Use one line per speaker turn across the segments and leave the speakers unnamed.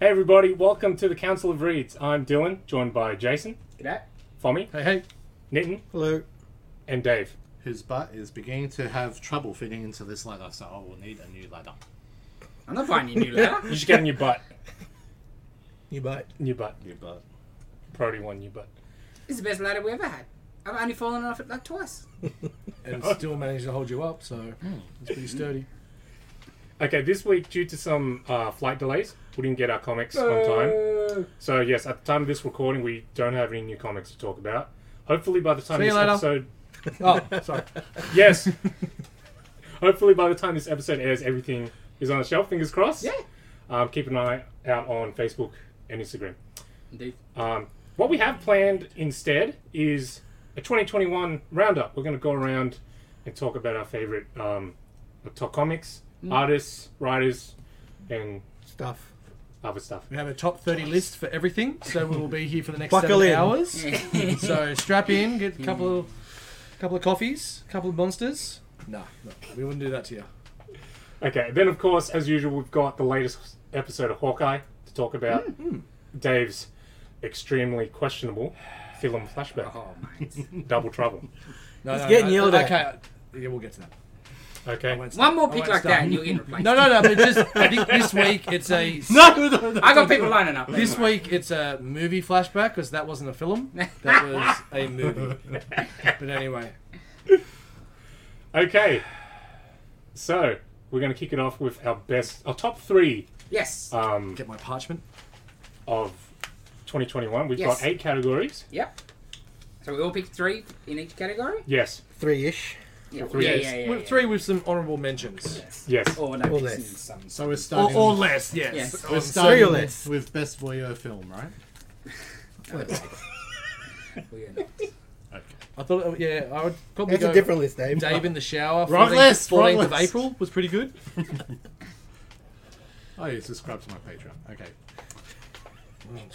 Hey everybody, welcome to the Council of Reeds. I'm Dylan, joined by Jason,
G'day.
Fommy,
Hey, hey.
Nitin,
Hello.
and Dave.
whose butt is beginning to have trouble fitting into this ladder, so I will need a new ladder.
I'm not buying you a new ladder.
You should get a new butt.
You bite.
New butt.
New butt.
Probably one new butt.
This is the best ladder we ever had. I've only fallen off it like twice.
And still managed to hold you up, so it's pretty sturdy.
Okay, this week, due to some uh, flight delays, we didn't get our comics
Uh.
on time. So, yes, at the time of this recording, we don't have any new comics to talk about. Hopefully, by the time
See you
this
later.
episode.
Oh,
Sorry. yes! Hopefully, by the time this episode airs, everything is on the shelf, fingers crossed.
Yeah.
Um, keep an eye out on Facebook and Instagram.
Indeed.
Um, what we have planned instead is a 2021 roundup. We're going to go around and talk about our favorite um, top comics, artists, writers, and
stuff.
other stuff.
we have a top 30 list for everything, so we will be here for the next
Buckle
seven
in.
hours. so strap in, get a couple of,
Hmm.
couple of coffees, couple of monsters. Nah, no, we wouldn't do that to you.
Okay, then of course, as usual, we've got the latest episode of Hawkeye to talk about. Dave's extremely questionable film flashback,
Uh-huh.
Oh, mate.
Double Trouble.
No,
He's
no,
getting
no,
yelled at.
okay, Okay, yeah, we'll get to that. I
Okay,
won't start.
One more
I
pick
Oh,
won't
like that
start.
and you're in replaced.
No, no, no, but just, I think this week it's a.
No, no, no.
I got people lining up.
This week it's a movie flashback because that wasn't a film. That was a movie. But anyway,
okay. So we're going to kick it off with our best, our top three
Yes.
um,
get my parchment.
of 2021. We've
Yes.
got eight categories.
Yep. So we all picked three in each category?
Yes,
Three ish.
Yeah,
Three.
yeah, yeah, yeah,
With
yeah.
three with some honourable mentions.
Yes.
yes.
Or no,
Or
it's in
less.
some
So we're starting.
less, yes.
Yes.
We're
Three
starting
or
with,
less.
with best voyeur film, right?
weird.
Okay.
I thought, oh, yeah, I would probably
That's
go
a different list, Dave.
Dave in the Shower.
Wrong
14th
list, wrong
14th of
list.
April was pretty good.
Oh, yeah, subscribe to my Patreon. Okay.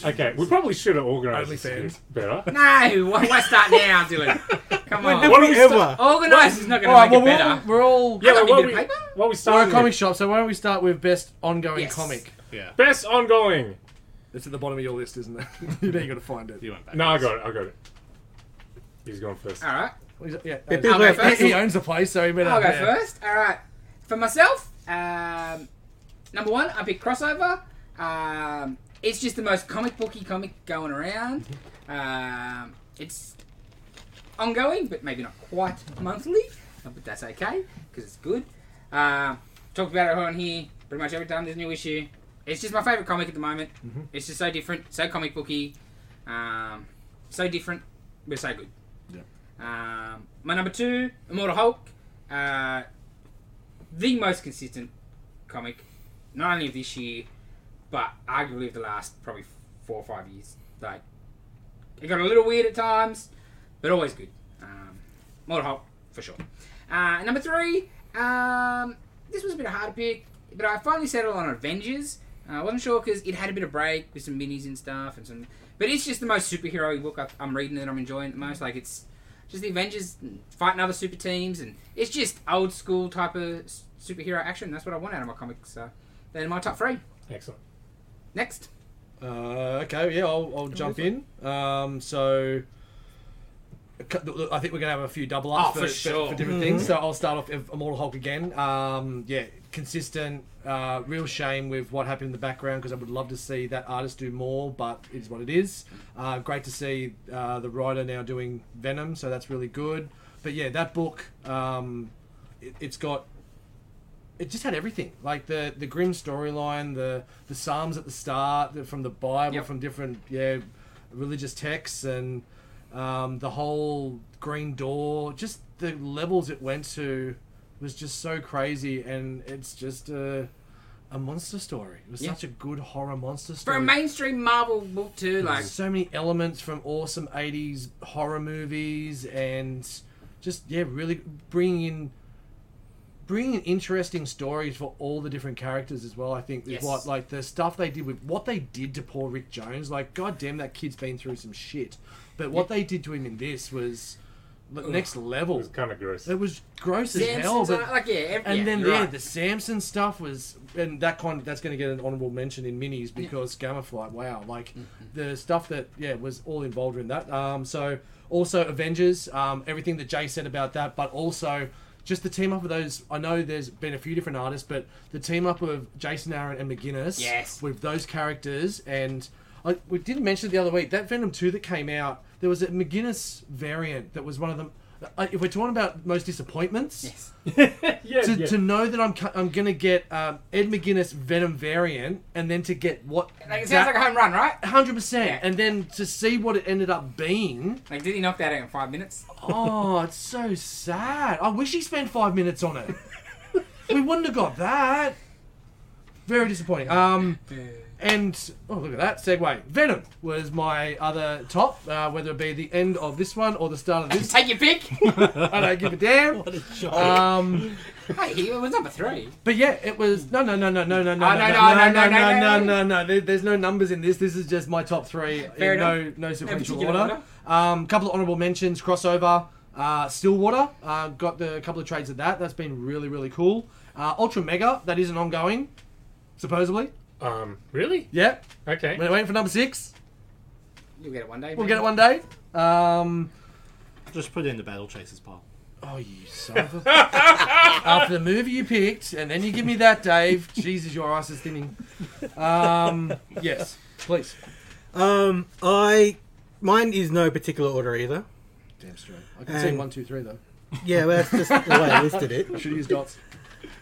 Okay, we probably should have organised
Only
this
fans.
better.
No, why, why start now, Dylan? Come on.
What we ever?
Organised is not going to
Alright,
make
well,
it
we're
better.
all, we're all
Yeah,
don't
well,
need
we,
to paper.
what we
we're a
started
comic
with,
shop, so why don't we start with best ongoing
Yes.
comic?
Yeah.
best ongoing.
It's at the bottom of your list, isn't it? you know you got to find it.
You went back.
No, I got it. I got it. He's going first.
All right.
Yeah, uh,
People
go
have-
first.
he owns the place, so he better.
I'll go
yeah.
first. All right. For myself, um, number one, I pick crossover. Um, it's just the most comic booky comic going around. Um, it's ongoing, but maybe not quite monthly, uh, but that's okay because it's good. Um, talked about it on here pretty much every time there's a new issue. It's just my favorite comic at the moment. It's just so different, so comic booky, um, so different, but so good. Um, my number two, Immortal Hulk, uh, the most consistent comic, not only of this year, but arguably of the last probably four or five years. Like, it got a little weird at times, but always good. Um, Immortal Hulk for sure. Uh, number three, um, this was a bit of a hard pick, but I finally settled on Avengers. Uh, I wasn't sure because it had a bit of break with some minis and stuff, and some. But it's just the most superhero book I've, I'm reading that I'm enjoying the most. Like it's just the Avengers fighting other super teams, and it's just old school type of s- superhero action. That's what I want out of my comics. So they're my top three.
Excellent.
Next,
Uh, okay, yeah, I'll, I'll jump in. Um, so, a cou- look, I think we're going to have a few double ups
Oh, for sure.
for different things. So I'll start off with Immortal Hulk again. Um, yeah, consistent. Uh, real shame with what happened in the background because I would love to see that artist do more, but it is what it is. Uh, great to see uh, the writer now doing Venom, so that's really good. But yeah, that book, um, it, it's got it just had everything like the the grim storyline the the psalms at the start the, from the bible
Yep.
from different yeah religious texts and um, the whole green door just the levels it went to was just so crazy and it's just a a monster story it was
Yeah.
such a good horror monster story
for a mainstream Marvel book too, like
so many elements from awesome 80s horror movies and just yeah really bringing in bringing in interesting stories for all the different characters as well i think is
Yes.
what like the stuff they did with what they did to poor rick jones like god damn that kid's been through some shit but what they did to him in this was le- next level.
It's kind of gross.
It was gross as hell.
Samson's
But,
are- like yeah, ev-
and
yeah,
then
you're
yeah,
right.
the Samson stuff was, and that kind that's going to get an honourable mention in minis because Gamma Flight. Wow, like
Mm-hmm.
the stuff that yeah was all involved in that. Um, so also Avengers, um, everything that Jay said about that, but also. Just the team up of those. I know there's been a few different artists, but the team up of Jason Aaron and McGuinness
Yes.
with those characters, and I, we did mention it the other week that Venom Two that came out. There was a McGuinness variant that was one of them. uh, If we're talking about most disappointments,
yes.
yeah,
to,
yeah.
to know that I'm cu- I'm gonna get um, Ed McGuinness Venom variant, and then to get what
Like it sounds like a home run, right?
hundred percent,
Yeah.
and then to see what it ended up being.
Like did he knock that out in five minutes?
Oh, it's so sad. I wish he spent five minutes on it. we wouldn't have got that. Very disappointing. Um, and oh look at that segue. Venom was my other top, uh, whether it be the end of this one or the start of this.
Take your pick.
I don't give a damn.
What a joke.
Um.
hey, he was number three.
But yeah, it was no, no, no, no, no, no, no,
Oh,
no, no, no, no, no, no, no, no. There- There's no numbers in this. This is just my top three
Fair
in no, no sequential
particular
order. Um, couple of honourable mentions: crossover, uh, Stillwater. Uh, got the couple of trades of that. That's been really, really cool. Uh, Ultra Mega. That is an ongoing, supposedly.
um, really?
Yeah,
Okay.
we're waiting for number six.
You'll get it one day.
We'll
mate.
get it one day. Um,
Just put it in the battle chasers pile.
oh, you son of a... After the movie you picked, and then you give me that, Dave. Jesus, your ice is thinning. Um, yes, please.
Um, I mine is no particular order either.
Damn straight. I can
And-
see one, two, three though.
Yeah, well, that's just the way I listed it.
Um, Should use dots.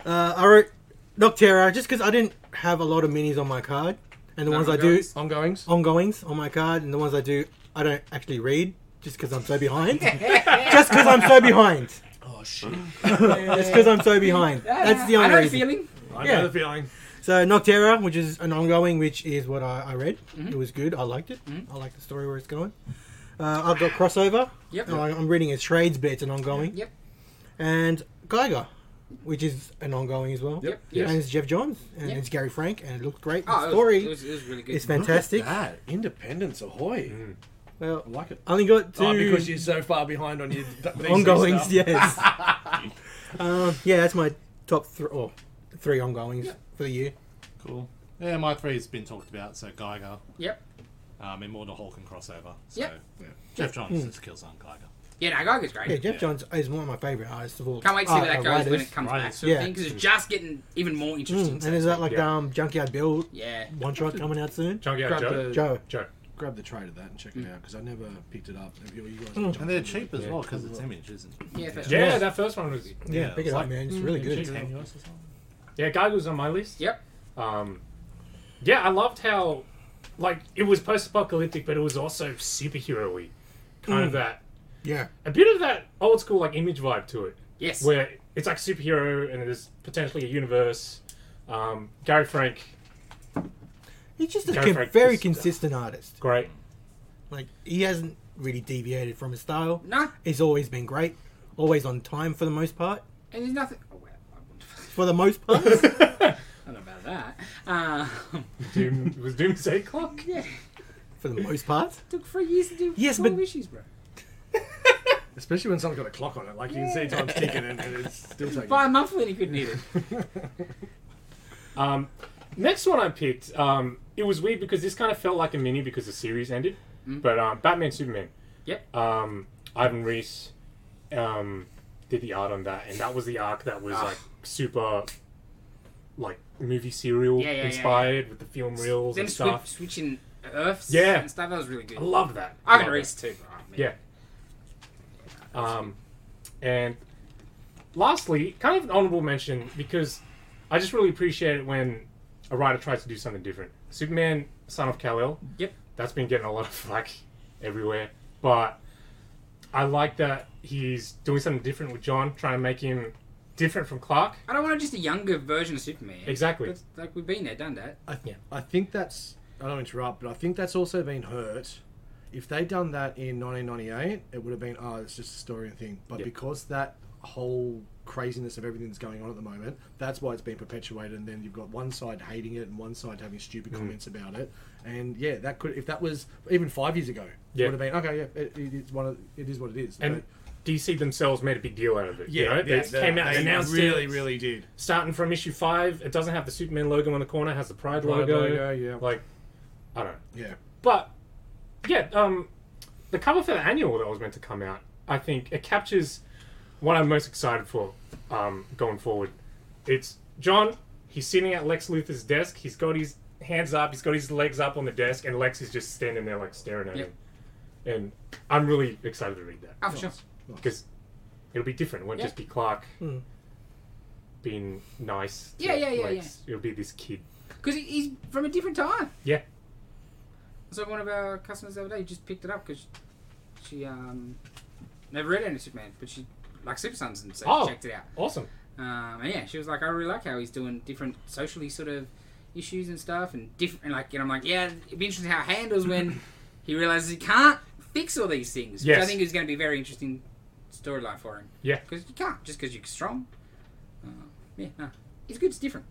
Uh, I wrote Noctera just because I didn't have a lot of minis on my card, and the
No,
ones I do
ongoings.
Ongoings.
ongoings on my card, and the ones I do I don't actually read just because I'm so behind. just because I'm so behind.
Oh shit.
That's because I'm so behind. That's the
I
only
know the
reason.
feeling.
I
Yeah.
know the feeling.
So Noctera, which is an ongoing, which is what I, I read.
Mm-hmm.
It was good. I liked it. I like the story where it's going. Uh, I've got crossover.
Yep.
And I, I'm reading it trades, but it's an ongoing.
Yep.
And Geiger, which is an ongoing as well.
Yep.
Yes.
And it's Jeff Johns and
Yep.
it's Gary Frank and it looked great.
Oh,
the
it was,
story
it, was, it was really good.
is fantastic.
That independence ahoy.
Well,
I like it.
I only got two
Oh, because you're so far behind on your th- these
ongoings.
stuff.
Yes. um, yeah, that's my top three or three ongoings for the year.
Cool. Yeah, my three's been talked about. So Geiger,
Yep.
um, Immortal Hulk, and crossover. So
Yep.
Jeff Johns
Hmm.
just kills on Geiger.
Yeah, no, Geiger's great.
Yeah, Jeff Johns is one of my favourite artists of all.
Can't wait to see where that
uh,
goes when
writers.
it comes back.
Writers.
Sort of
Yeah.
thing, because it's just getting even more interesting.
Mm, and is that like
Yeah.
um, Junkyard Bill
yeah.
one shot coming out soon?
Chunky out
Grab
Joe.
the
Joe,
Joe.
grab the trade of that and check it out because I never picked it up. You- you guys
And they're cheap as
Yeah.
well because it's image, isn't it?
Yeah, that's-
Yeah,
Yeah.
that first one was.
yeah,
Yeah,
pick it
it's
up,
like- Mm,
man. It's really good.
Cheaper than yours or something?
Yeah, Gargle's on my list.
Yep.
Um, yeah, I loved how, like, it was post-apocalyptic, but it was also superhero-y. Kind
Hmm.
of that,
Yeah,
a bit of that old school like image vibe to it,
Yes.
where it's like superhero and there's potentially a universe. Um, Gary Frank,
he's just a
Go
con-
for it.
very
Just-
consistent artist.
great.
Like he hasn't really deviated from his style.
no, and
He's always been great, always on time for the most part.
there's nothing. Oh, well, I wouldn't-
For the most part,
I don't know about that. Um,
Doom was Doomsday Clock.
yeah,
for the most part.
took three years to do
Yes,
four
but-
issues, bro.
Especially when someone's got a clock on it, like you can see time's ticking and, and it's still taking.
By a month when he couldn't need it.
Um, next one I picked, um, it was weird because this kind of felt like a mini because the series ended. But um, Batman Superman.
Mm. Yep.
Um, Ivan Reese um, did the art on that, and that was the arc that was
Ah.
like super, like movie serial
Yeah, yeah, yeah, yeah.
inspired with the film reels
Then
and
swi-
stuff.
switching Earths
Yeah.
and stuff, that was really good.
I love that.
Ivan
Love
Reese, too, bro.
that. Yeah. Um, and lastly, kind of an honorable mention because I just really appreciate it when a writer tries to do something different. Superman, Son of Kal El.
Yep.
that's been getting a lot of flack everywhere. But I like that he's doing something different with John, trying to make him different from Clark.
I don't want just a younger version of Superman.
Exactly.
That's, like, we've been there, done that.
I, I think that's. I don't interrupt, but I think that's also been hurt. If they'd done that in 1998, it would have been, oh, it's just a story and thing. But
Yeah.
because that whole craziness of everything that's going on at the moment, that's why it's been perpetuated. And then you've got one side hating it and one side having stupid
Mm-hmm.
comments about it. And yeah, that could, if that was even five years ago,
Yeah.
it would have been, okay, yeah, it, it, it's one of, it is what it is.
And
But
DC themselves made a big deal out of it. you
Yeah,
know?
yeah,
they came out and
they
announced
really,
it.
really did.
Starting from issue five, it doesn't have the Superman logo on the corner. It has the Pride,
Pride
logo.
logo, yeah.
Like, I don't know.
Yeah,
But yeah, um, the cover for the annual that was meant to come out, I think it captures what I'm most excited for um, going forward. It's John. He's sitting at Lex Luthor's desk. He's got his hands up. He's got his legs up on the desk, and Lex is just standing there like staring at
Yep.
him. And I'm really excited to read
Oh,
that
for sure.
because it'll be different. It won't
Yeah.
just be Clark
Mm.
being nice. to
Yeah, yeah, yeah,
Lex. It'll be this kid.
Because he, he's from a different time.
Yeah.
It's like one of our customers the other day just picked it up because she um, never read any Superman, but she likes Super Sons and so
Oh.
she checked it out.
Awesome.
Um, and yeah, she was like, I really like how he's doing different socially sort of issues and stuff, and different. And like, and I'm like, yeah, it'd be interesting how it handles when he realizes he can't fix all these things. Which I
Yes.
think is going to be a very interesting storyline for him.
Yeah.
because you can't just because you're strong. Uh, yeah, no, it's good. It's different.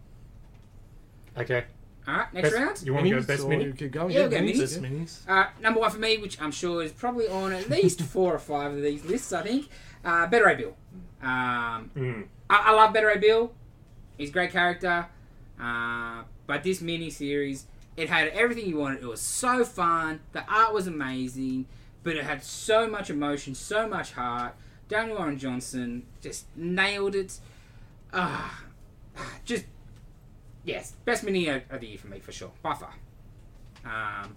Okay.
All right, next
Best-
round.
You want to go best
or
mini?
you keep going.
Yeah, we'll go
minis,
minis.
Just minis.
Uh, number one for me, which I'm sure is probably on at least four or five of these lists, I think. Uh, Better A Bill. Um,
Mm.
I, I love Better A Bill. He's a great character. Uh, but this mini series, it had everything you wanted. It was so fun. The art was amazing. But it had so much emotion, so much heart. Daniel Warren Johnson just nailed it. Ah, just, yes, best mini of of the year for me, for sure. By far. Um,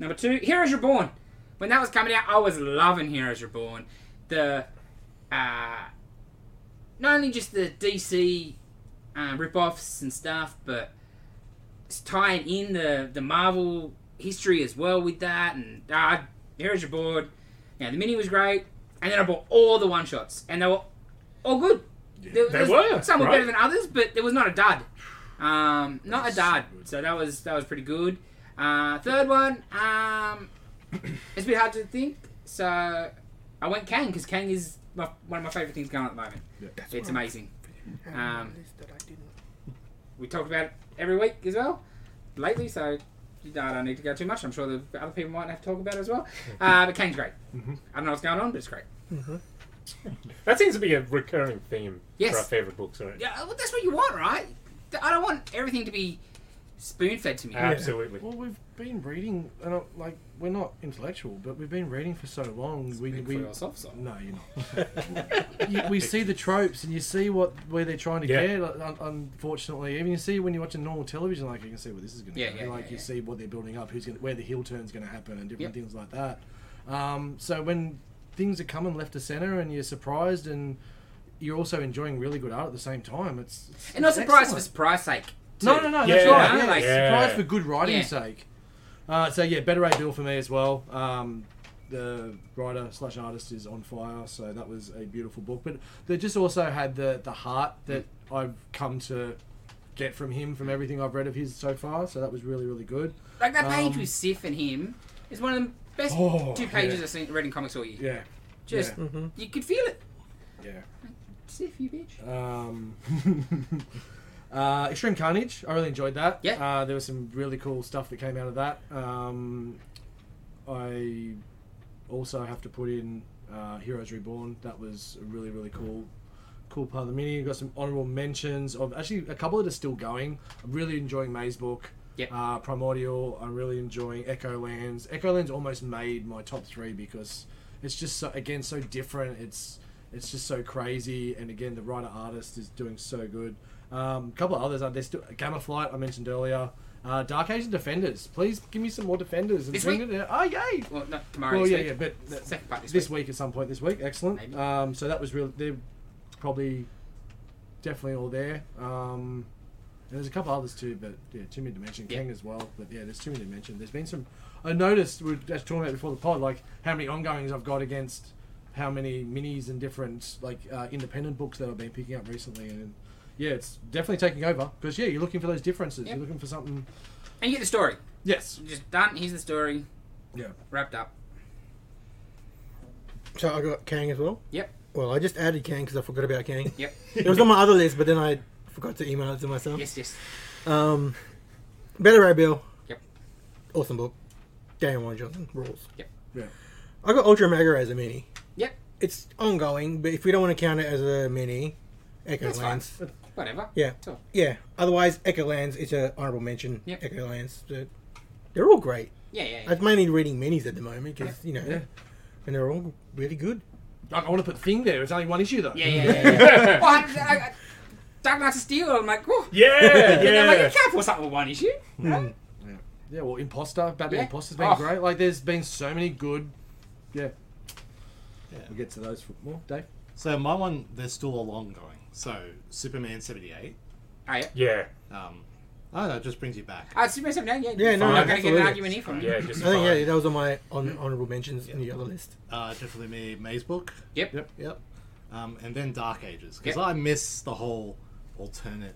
number two, Heroes Reborn. When that was coming out, I was loving Heroes Reborn. The uh, not only just the DC uh, rip-offs and stuff, but it's tying in the, the Marvel history as well with that. And uh, Heroes Reborn. Now the mini was great, and then I bought all the one shots, and they were all good.
They
There- there's-
were,
some were
right?
better than others, but there was not a dud. Um, not a dud. So that was that was pretty good. Uh, third one, um, it's a bit hard to think. So I went Kang because Kang is my, one of my favorite things going on at the moment. it's amazing. Um, we talked about it every week as well lately, so you know, I don't need to go too much. I'm sure the other people might have to talk about it as well. Uh, but Kang's great. I don't know what's going on, but it's great.
That seems to be a recurring theme
Yes.
for our favorite books, right?
Yeah, well, that's what you want, right? I don't want everything to be spoon fed to me.
Absolutely.
Well, we've been reading, and I, like we're not intellectual, but we've been reading for so long. we
Speak for
we
yourself, so.
no, you're not. you, we see the tropes, and you see what where they're trying to
Yeah.
get. like, Un- unfortunately, even you see when you're watching normal television, like you can see where this is going to
Yeah,
go.
yeah,
like
yeah,
you
yeah.
see what they're building up, who's going where the heel turn's going to happen, and different
Yep.
things like that. Um, so when things are coming left to center, and you're surprised, and you're also enjoying really good art at the same time. It's, it's
And not
it's
surprise for
excellent.
surprise sake.
No,
too.
no, no,
Yeah,
that's right. Yeah,
like-
Yeah.
Surprise for good writing's
Yeah.
sake. Uh, so yeah, Better Rate Bill for me as well. Um, the writer slash artist is on fire, so that was a beautiful book. But they just also had the the heart that I've come to get from him from everything I've read of his so far. So that was really really good.
Like that page
Um,
with Sif and him is one of the best
Oh,
two pages
yeah.
I've seen read in comics all year.
Yeah, Mm-hmm.
Just you could feel it.
yeah.
Sif, you bitch.
Um, uh, Extreme Carnage, I really enjoyed that.
Yeah.
Uh, there was some really cool stuff that came out of that. Um, I also have to put in uh, Heroes Reborn. That was a really, really cool. Cool part of the mini. We've got some honorable mentions of actually a couple that are still going. I'm really enjoying Maze Book.
Yep.
Uh, Primordial. I'm really enjoying Echo Lands. Echo Lands almost made my top three because it's just so, again so different. It's it's just so crazy, and again the writer artist is doing so good. A um, couple of others. Uh, there's still Gamma Flight I mentioned earlier. Uh, Dark Asian Defenders. Please give me some more Defenders. And
This
bring
week?
It out. Oh yay!
Well, no, tomorrow.
Well,
next
yeah,
week.
yeah, but th-
Second part this,
this
week.
week at some point this week. Excellent.
Maybe.
Um, so that was real. They're probably definitely all there. Um, and there's a couple others too, but yeah, too many to mention.
Yeah.
King as well, but yeah, there's too many to mention. There's been some. I noticed we were just talking about before the pod, like how many ongoings I've got against how many minis and different like uh, independent books that I've been picking up recently, and yeah, it's definitely taking over because yeah, you're looking for those differences.
Yep.
You're looking for something.
And you get the story.
Yes.
Just done. Here's the story.
Yeah.
Wrapped up.
So I got Kang as well.
Yep.
Well, I just added Kang because I forgot about Kang.
Yep.
it was on my other list, but then I forgot to email it to myself.
Yes. Yes.
Um, Better Ray Bill.
Yep.
Awesome book. Daniel Warren Johnson rules.
Yep.
Yeah.
I got Ultra Mega as a mini.
Yep.
it's ongoing, but if we don't want to count it as a mini, Echo
That's fine.
Lands.
Whatever.
Yeah.
Sure.
Yeah. Otherwise, Echo Lands is an honorable mention.
Yep.
Echo Lands. They're, they're all great.
Yeah, yeah, yeah.
I'm mainly reading minis at the moment because, you know,
Yeah.
and they're all really good.
I, want to put Thing there. It's only one issue though.
Yeah, yeah, yeah. yeah. well, I, I, I, Dark Knights of Steel, I'm like, whoa.
Yeah,
And I'm like, you
yeah.
can't force something with one issue.
Hmm.
right?
Yeah, well, Imposter, Batman
Yeah.
Imposter's been
Oh.
great. Like, there's been so many good. Yeah. We'll get to those for more, Dave.
So my one, they're still a long going. So Superman seventy eight.
Oh, yeah.
Yeah,
Um, I don't know, it just brings you back.
Uh, Superman 79, yeah.
Yeah, no,
I'm not going to get an
absolutely.
argument here from you.
yeah, just
I think, Oh, yeah,
fine.
that was on my on, honorable mentions in the other list.
Uh, definitely me, Maze book.
Yep.
Yep.
Yep. Um, and then Dark Ages because
Yep.
I miss the whole alternate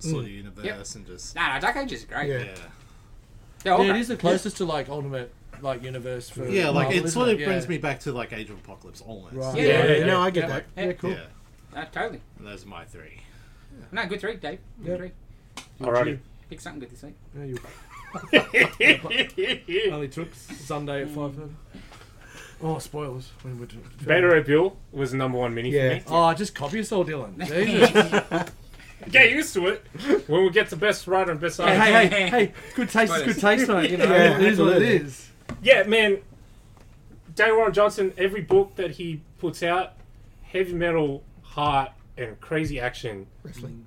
sort of
Mm.
universe and just
No, no, Dark Ages is great.
Yeah.
yeah,
They're all
Yeah, it
great.
is the closest to like Ultimate like universe for
yeah. Like
Marvel,
it
isn't
sort of
Yeah.
brings me back to like Age of Apocalypse almost.
Right.
Yeah,
Yeah,
Yeah,
yeah, yeah.
no, I get
Yeah,
that.
yeah, cool.
Yeah.
No, totally.
And those are my three.
No, good three, Dave. Good
Yep.
three.
Alrighty.
Pick something good this week.
Yeah, you only took Sunday at five thirty. Oh, spoilers! When we're doing-
Beta Ray Bill was the number one mini
Yeah.
for me.
Oh, just copy us all, Dylan. Jesus.
Get used to it. When we get to best writer and best
hey,
artist.
hey, hey, hey! Good taste is good taste, mate. You know,
Yeah,
it is what it
absolutely.
is.
Yeah, man. Daniel Warren Johnson, every book that he puts out, heavy metal, heart, and crazy action.
Wrestling.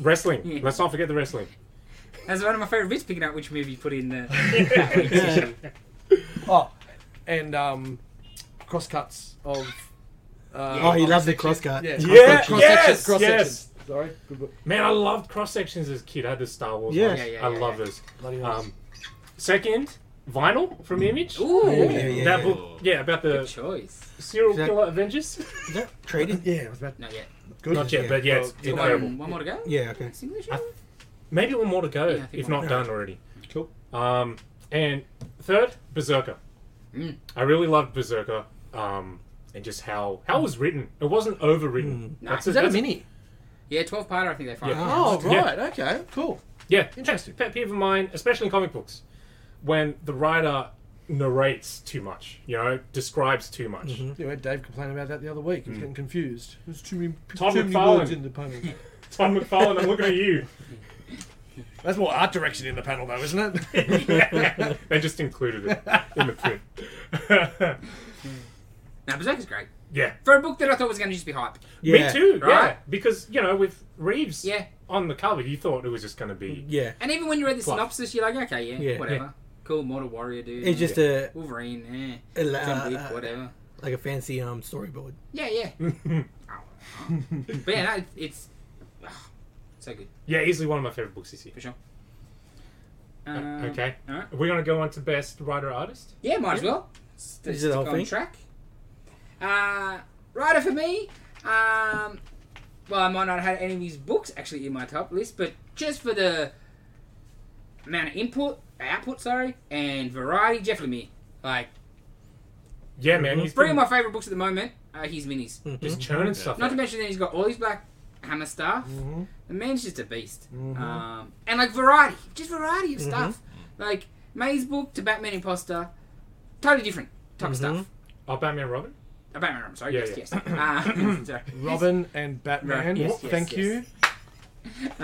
Wrestling.
Hmm.
Let's not forget the wrestling.
That's one of my favourite bits, picking out which movie you put in the.
Oh, and um, cross cuts of. Uh,
Oh, he
of
loves the
section.
cross cut.
Yeah,
Yeah,
cross
yes,
sections, cross
yes.
sections. Sorry, good book.
Man, I loved cross sections as a kid. I had the Star Wars
Yeah.
ones.
Yeah,
yeah,
I
yeah,
love
yeah.
those.
Bloody hell.
Um, second, vinyl from Image.
Ooh,
Oh, yeah, yeah.
that
yeah.
book, yeah, about
good
the
choice.
serial
Is that-
killer Avengers.
Is that traded?
yeah, it was about
Not yet.
Good.
Not yet, but yeah, it's
Well,
Got
incredible.
One, one more to go?
Yeah, okay.
Single issue?
Maybe one more to go,
Yeah, I think
if
one
not
more.
done already.
Cool.
Um, and third, Berserker.
Mm.
I really loved Berserker, um, and just how how it was written. It wasn't overwritten.
Mm. Is that a mini?
Yeah, 12 parter, I think they finally.
Yeah.
Oh,
Yeah.
right. Okay. Cool.
Yeah,
Interesting.
Pet, pet peeve of mine, especially in comic books, when the writer narrates too much. You know, describes too much.
Yeah, we had Dave complain about that the other week. He was getting confused. There's too many,
Todd
too many
McFarlane.
words in the panel.
Tom McFarlane, I'm looking at you.
That's more art direction in the panel, though, isn't it?
they just included it in the print.
No, Berserk is great.
yeah.
For a book that I thought was going to just be hype.
Yeah.
Me too. Yeah,
Right.
because you know, with Reeves
Yeah.
on the cover, you thought it was just going to be
Yeah.
And even when you read the
Plus.
synopsis, you're like, okay, yeah,
Yeah,
whatever.
yeah.
Cool, Mortal Warrior dude.
It's just a,
Wolverine,
a la-
eh. John Wick,
uh,
whatever.
like a fancy um storyboard.
Yeah, yeah. but yeah, no, it's, it's ah, so good
yeah, easily one of my favorite books this year.
for sure. Um,
okay,
All right.
we're going to go on to best writer artist.
Yeah, might as well. St-
Is it the
stick
whole
on
thing?
track. Uh, writer for me. Um, well, I might not have had any of these books actually in my top list, but just for the amount of input, output, sorry, and variety, Jeff Lemire. Like Mm-hmm.
Yeah, man, he's
three of
been
my favorite books at the moment are his minis.
Mm-hmm. Mm.
just churning stuff.
Mm-hmm. Not to
out.
mention that he's got all his black hammer stuff. The man's just a beast.
Mm-hmm.
Um, and like variety, just variety of stuff. Like May's book to Batman Imposter, totally different type
Mm-hmm.
of stuff.
Oh, Batman Robin.
Uh, Batman, I'm sorry.
Yeah,
yes, yes. Uh, sorry.
Robin and Batman.
Right, yes, yes,
Thank
yes.
you.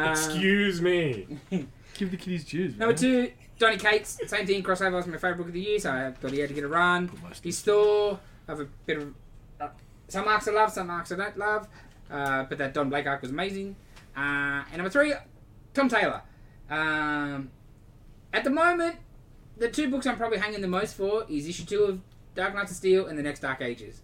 Uh,
Excuse me.
Give the kiddies dues.
Number
man.
two, Donny Cates. Same thing. Crossover was my favourite book of the year, so I thought he had to get a run. His store. I have a bit of uh, some arcs I love, some arcs I don't love. Uh, but that Don Blake arc was amazing. Uh, and number three, Tom Taylor. Um, at the moment, the two books I'm probably hanging the most for is issue two of Dark Knights of Steel and the next Dark Ages.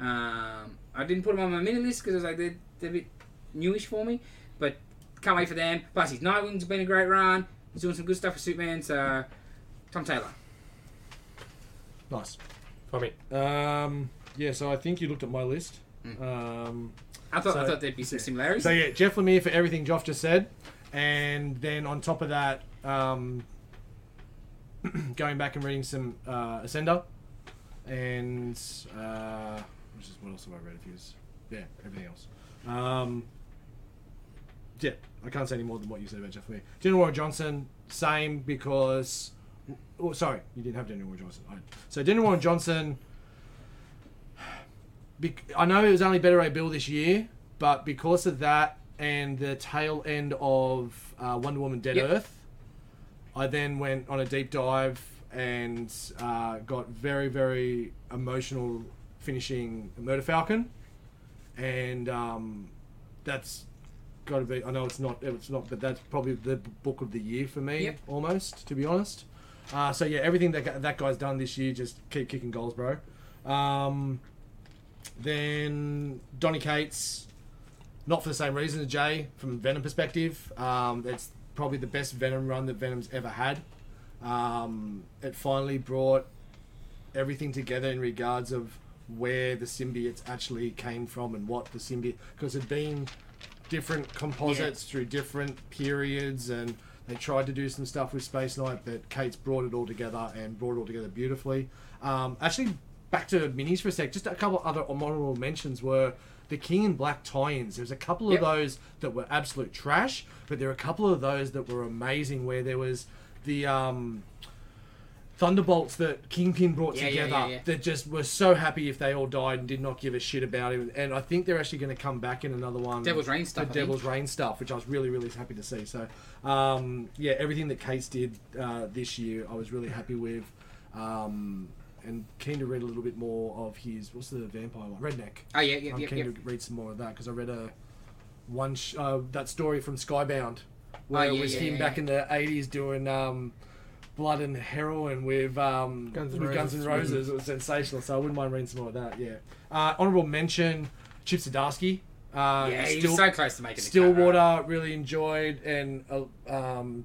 Um, I didn't put them on my mini list because I was like they're, they're a bit newish for me, but can't wait for them. Plus, his Nightwing's been a great run. He's doing some good stuff for Superman. So, Tom Taylor.
Nice.
For me.
Um, yeah, so I think you looked at my list. Um,
I thought I
So-
thought there'd be some similarities.
so yeah, Jeff Lemire for everything Joff just said, and then on top of that, um, going back and reading some uh, Ascender, and uh, which is what else have I read of his? Yeah, everything else. Um, yeah, I can't say any more than what you said about Jeff Lemire. Daniel Warren Johnson, same because. Oh, sorry, you didn't have Daniel Warren Johnson. I, so Daniel Warren Johnson. bec- I know it was only Better Rate Bill this year, but because of that and the tail end of uh, Wonder Woman Dead
Yep.
Earth, I then went on a deep dive and uh, got very, very emotional finishing Murder Falcon. And um, that's got to be. I know it's not. It's not. But that's probably the b- book of the year for me,
Yep.
almost. To be honest. Uh, so yeah, everything that gu- that guy's done this year, just keep kicking goals, bro. Um, then Donny Cates, not for the same reason as Jay, from a Venom perspective. Um, it's probably the best Venom run that Venom's ever had. Um, it finally brought everything together in regards of where the symbiotes actually came from and what the symbiote because it'd been different composites through different periods and they tried to do some stuff with Space Knight but Kate's brought it all together and brought it all together beautifully. Um, actually back to minis for a sec, just a couple other honorable mentions were the King and Black tie-ins. There was a couple
Yep.
of those that were absolute trash, but there were a couple of those that were amazing where there was the um, Thunderbolts that Kingpin brought
Yeah, yeah,
together
yeah, yeah.
that just were so happy if they all died and did not give a shit about him. And I think they're actually going to come back in another one.
Devil's Reign stuff, I
um, The
think.
Devil's Reign stuff, which I was really, really happy to see. So, um, yeah, everything that Case did uh, this year, I was really happy with. Um, and keen to read a little bit more of his. What's the vampire one? Redneck.
Oh yeah, yeah,
I'm
yeah,
keen
yeah.
to read some more of that because I read a one sh- uh, that story from Skybound where
Oh, yeah,
it was
yeah,
him
yeah,
back
yeah.
in the '80s doing um, blood and heroin with um,
Guns N'
with Guns N'
Roses.
Roses. It was sensational, so I wouldn't mind reading some more of that. Yeah. Uh, honorable mention: Chip Zdarsky. Uh,
Oh, Yeah, he
still-
was so close to making the cut, right?
Stillwater really enjoyed, and uh, um,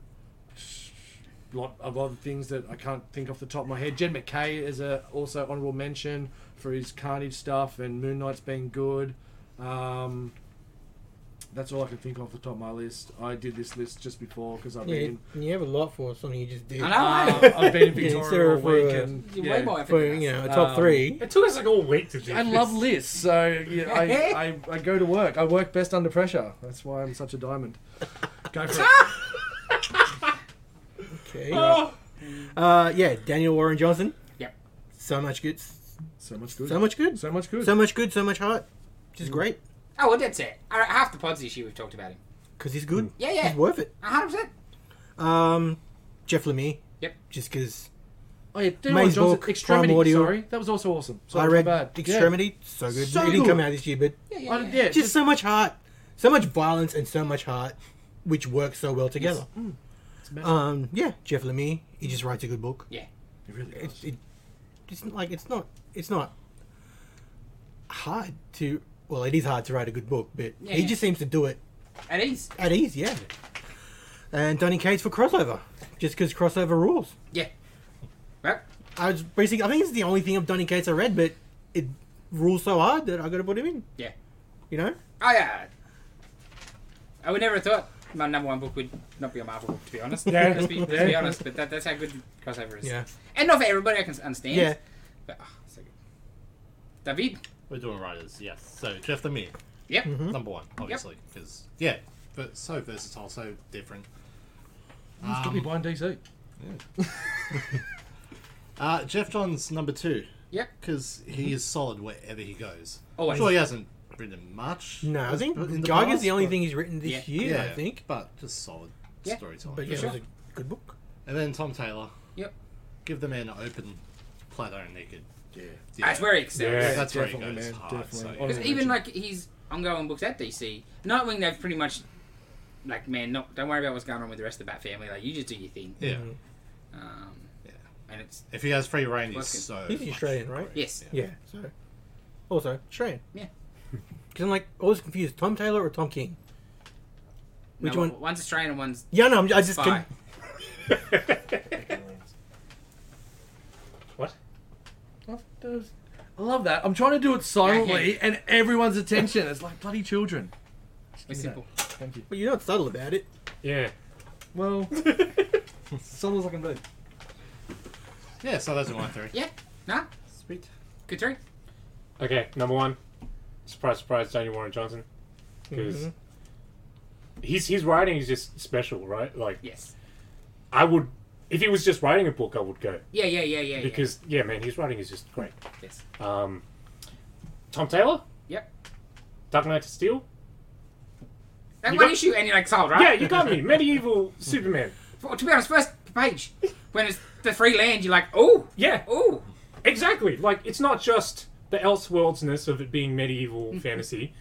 lot of other things that I can't think off the top of my head. Jed McKay is a also honourable mention for his Carnage stuff, and Moon Knight's been good. Um, that's all I can think off the top of my list. I did this list just before because I've
Yeah,
been.
you- you have a lot for something you just did.
I know.
Uh, I've been in
Yeah, it's
Victoria all
there for,
week,
uh,
and
You're
yeah.
way more effort
For
than
you
us.
know, a top
Um,
three.
It took us like all week to do
I
this.
love lists, so yeah, I, I, I go to work. I work best under pressure. That's why I'm such a diamond. Go for it.
Okay. Uh, yeah, Daniel Warren Johnson.
Yep.
So much good.
So much good.
So much good.
So much good.
So much good. So much heart. Just great.
Oh, well, that's it. All right, half the pods this year we've talked about him.
Because he's good.
Yeah, yeah.
He's worth it.
100%.
Um, Jeff Lemire.
Yep.
Just because
Oh yeah, Daniel
Maze
Johnson,
book,
Extremity.
Primordial.
Sorry, that was also awesome. Sorry,
I
my
read
bad. Yeah.
Extremity. So good.
So
it didn't come
good.
out this year, but
Yeah,
I-
yeah,
Yeah,
yeah.
just so much heart, so much violence, and so much heart, which works so well together.
mad.
Um, yeah, Jeff Lemire. He just writes a good book.
Yeah.
It really is.
It's it, it's like it's not it's not hard to. Well, it is hard to write a good book, but
Yeah,
he
yeah.
just seems to do it
At ease.
at ease. Yeah. And Donny Cates for crossover, just because crossover rules.
Yeah. Well,
I was basically, I think it's the only thing of Donny Cates I read, but it rules so hard that I got to put him in.
yeah.
You know,
Oh, yeah. I would never have thought my number one book would not be a Marvel book, to be honest.
Yeah.
Let's be, let's be
Yeah.
honest, but that, that's how good the crossover is.
Yeah.
And not for everybody, I can understand.
Yeah.
But, oh, so good. David.
We're doing writers, yes. So Jeff Lemire,
Yep.
Hmm?
number one, obviously, because yeah, but so versatile, so different. Um,
It's got me blind DC.
Uh, Jeff Johns number two
Yep.
because he
Hmm?
is solid wherever he goes.
Always.
Sure, he hasn't written much.
no, I
as-
think
in
Geiger's
past,
the only
but-
thing he's written this
Yeah.
year, I think.
but just solid
Yeah.
storytelling.
But yeah,
Sure.
it was a good book.
And then Tom Taylor,
Yep.
give the man an open platter and naked.
Yeah.
Yeah.
That's where he excels.
Yeah.
That's where he
Definitely,
goes
man,
hard,
definitely.
so-
Honorable
Because even
mention.
like his ongoing books at DC, Nightwing, they've pretty much like, man, not, don't worry about what's going on with the rest of the Bat family. Like, you just do your thing.
Yeah.
Mm.
Um,
Yeah.
and it's
If he has free reign, he's
Fucking-
so.
He's
much
Australian, right?
great.
yes,
Yeah. So, also Australian.
Yeah.
Because I'm like always confused, Tom Taylor or Tom King? Which
No,
one?
One's Australian, and one's
Yeah, no, I'm, I just
spy.
can,
What?
I love that. I'm trying to do it silently and everyone's attention. It's like bloody children.
It's simple.
Thank you.
but you're not subtle about it.
Yeah.
Well, subtle as I can be.
Yeah, so those are my three.
Yeah. Nah.
Sweet.
Good three.
Okay, number one. Surprise, surprise, Daniel Warren Johnson. Because
Mhm.
Mm-hmm.
his, his writing is just special, right? Like,
Yes.
I would, if he was just writing a book, I would go.
Yeah. Yeah. Yeah. Yeah.
Because, yeah, man, his writing is just great.
yeah. yes.
Um, Tom Taylor,
Yep.
Dark Knight to Steel.
That
You
one
got-
issue and you're like sold, right?
Yeah, you got me. Medieval Superman.
Well, to be honest, first page when it's the free land, you're like, oh,
Yeah,
oh,
exactly. Like it's not just the Elseworldsness of it being medieval fantasy.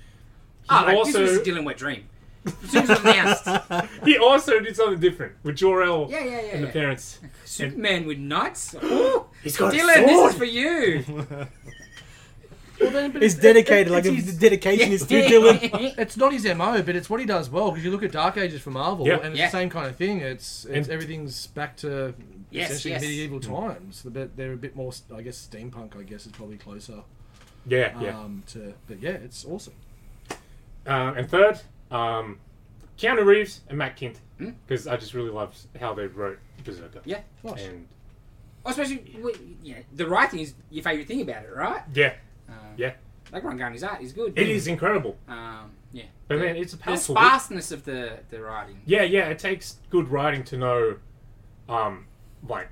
ah, like,
also-
this was a Dylan Wet Dream. As soon as it was announced,
He also did something different with Jor El
Yeah, yeah, yeah,
and the
yeah.
parents.
Superman with knights. Ooh,
He's got
Dylan, this is for you.
It's dedicated. Like
it's,
if the dedication is to
Yeah.
Dylan.
it's not his mo, but it's what he does well. Because you look at Dark Ages for Marvel,
Yeah.
and it's
Yeah.
the same kind of thing. It's,
And-
it's everything's back to
Yes,
essentially
yes.
medieval times. But they're a bit more, I guess, steampunk. I guess is probably closer.
Yeah,
Ah.
yeah.
Um, to but yeah, it's awesome.
Uh, and third, um, Keanu Reeves and Matt Kent, because I just really loved how they wrote Berserker.
Hmm? Yeah.
Nice.
And
Well, Especially, we- yeah, the writing is your favorite thing about it, right?
yeah,
Um,
yeah,
Like Ron Garney's art is good.
it is incredible.
Um, yeah.
But man, it's a
The
powerful. book.
sparseness of the the writing.
Yeah, yeah. It takes good writing to know, um, like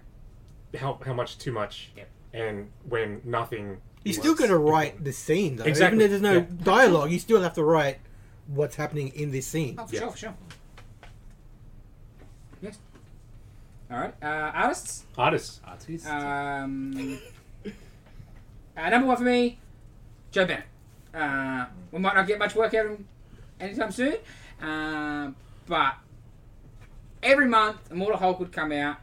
how how much too much,
Yep.
and when nothing.
He's still
works.
going to write the scene though.
Exactly,
Even if there's no
yeah.
dialogue, you still have to write what's happening in this scene.
Oh, for
Yeah.
sure, for sure. Yes. All right. Uh, artists.
artists.
Ah,
Artist.
Um, uh, number one for me, Joe Bennett. Uh, we might not get much work out of him anytime soon, um, but every month, Immortal Hulk would come out,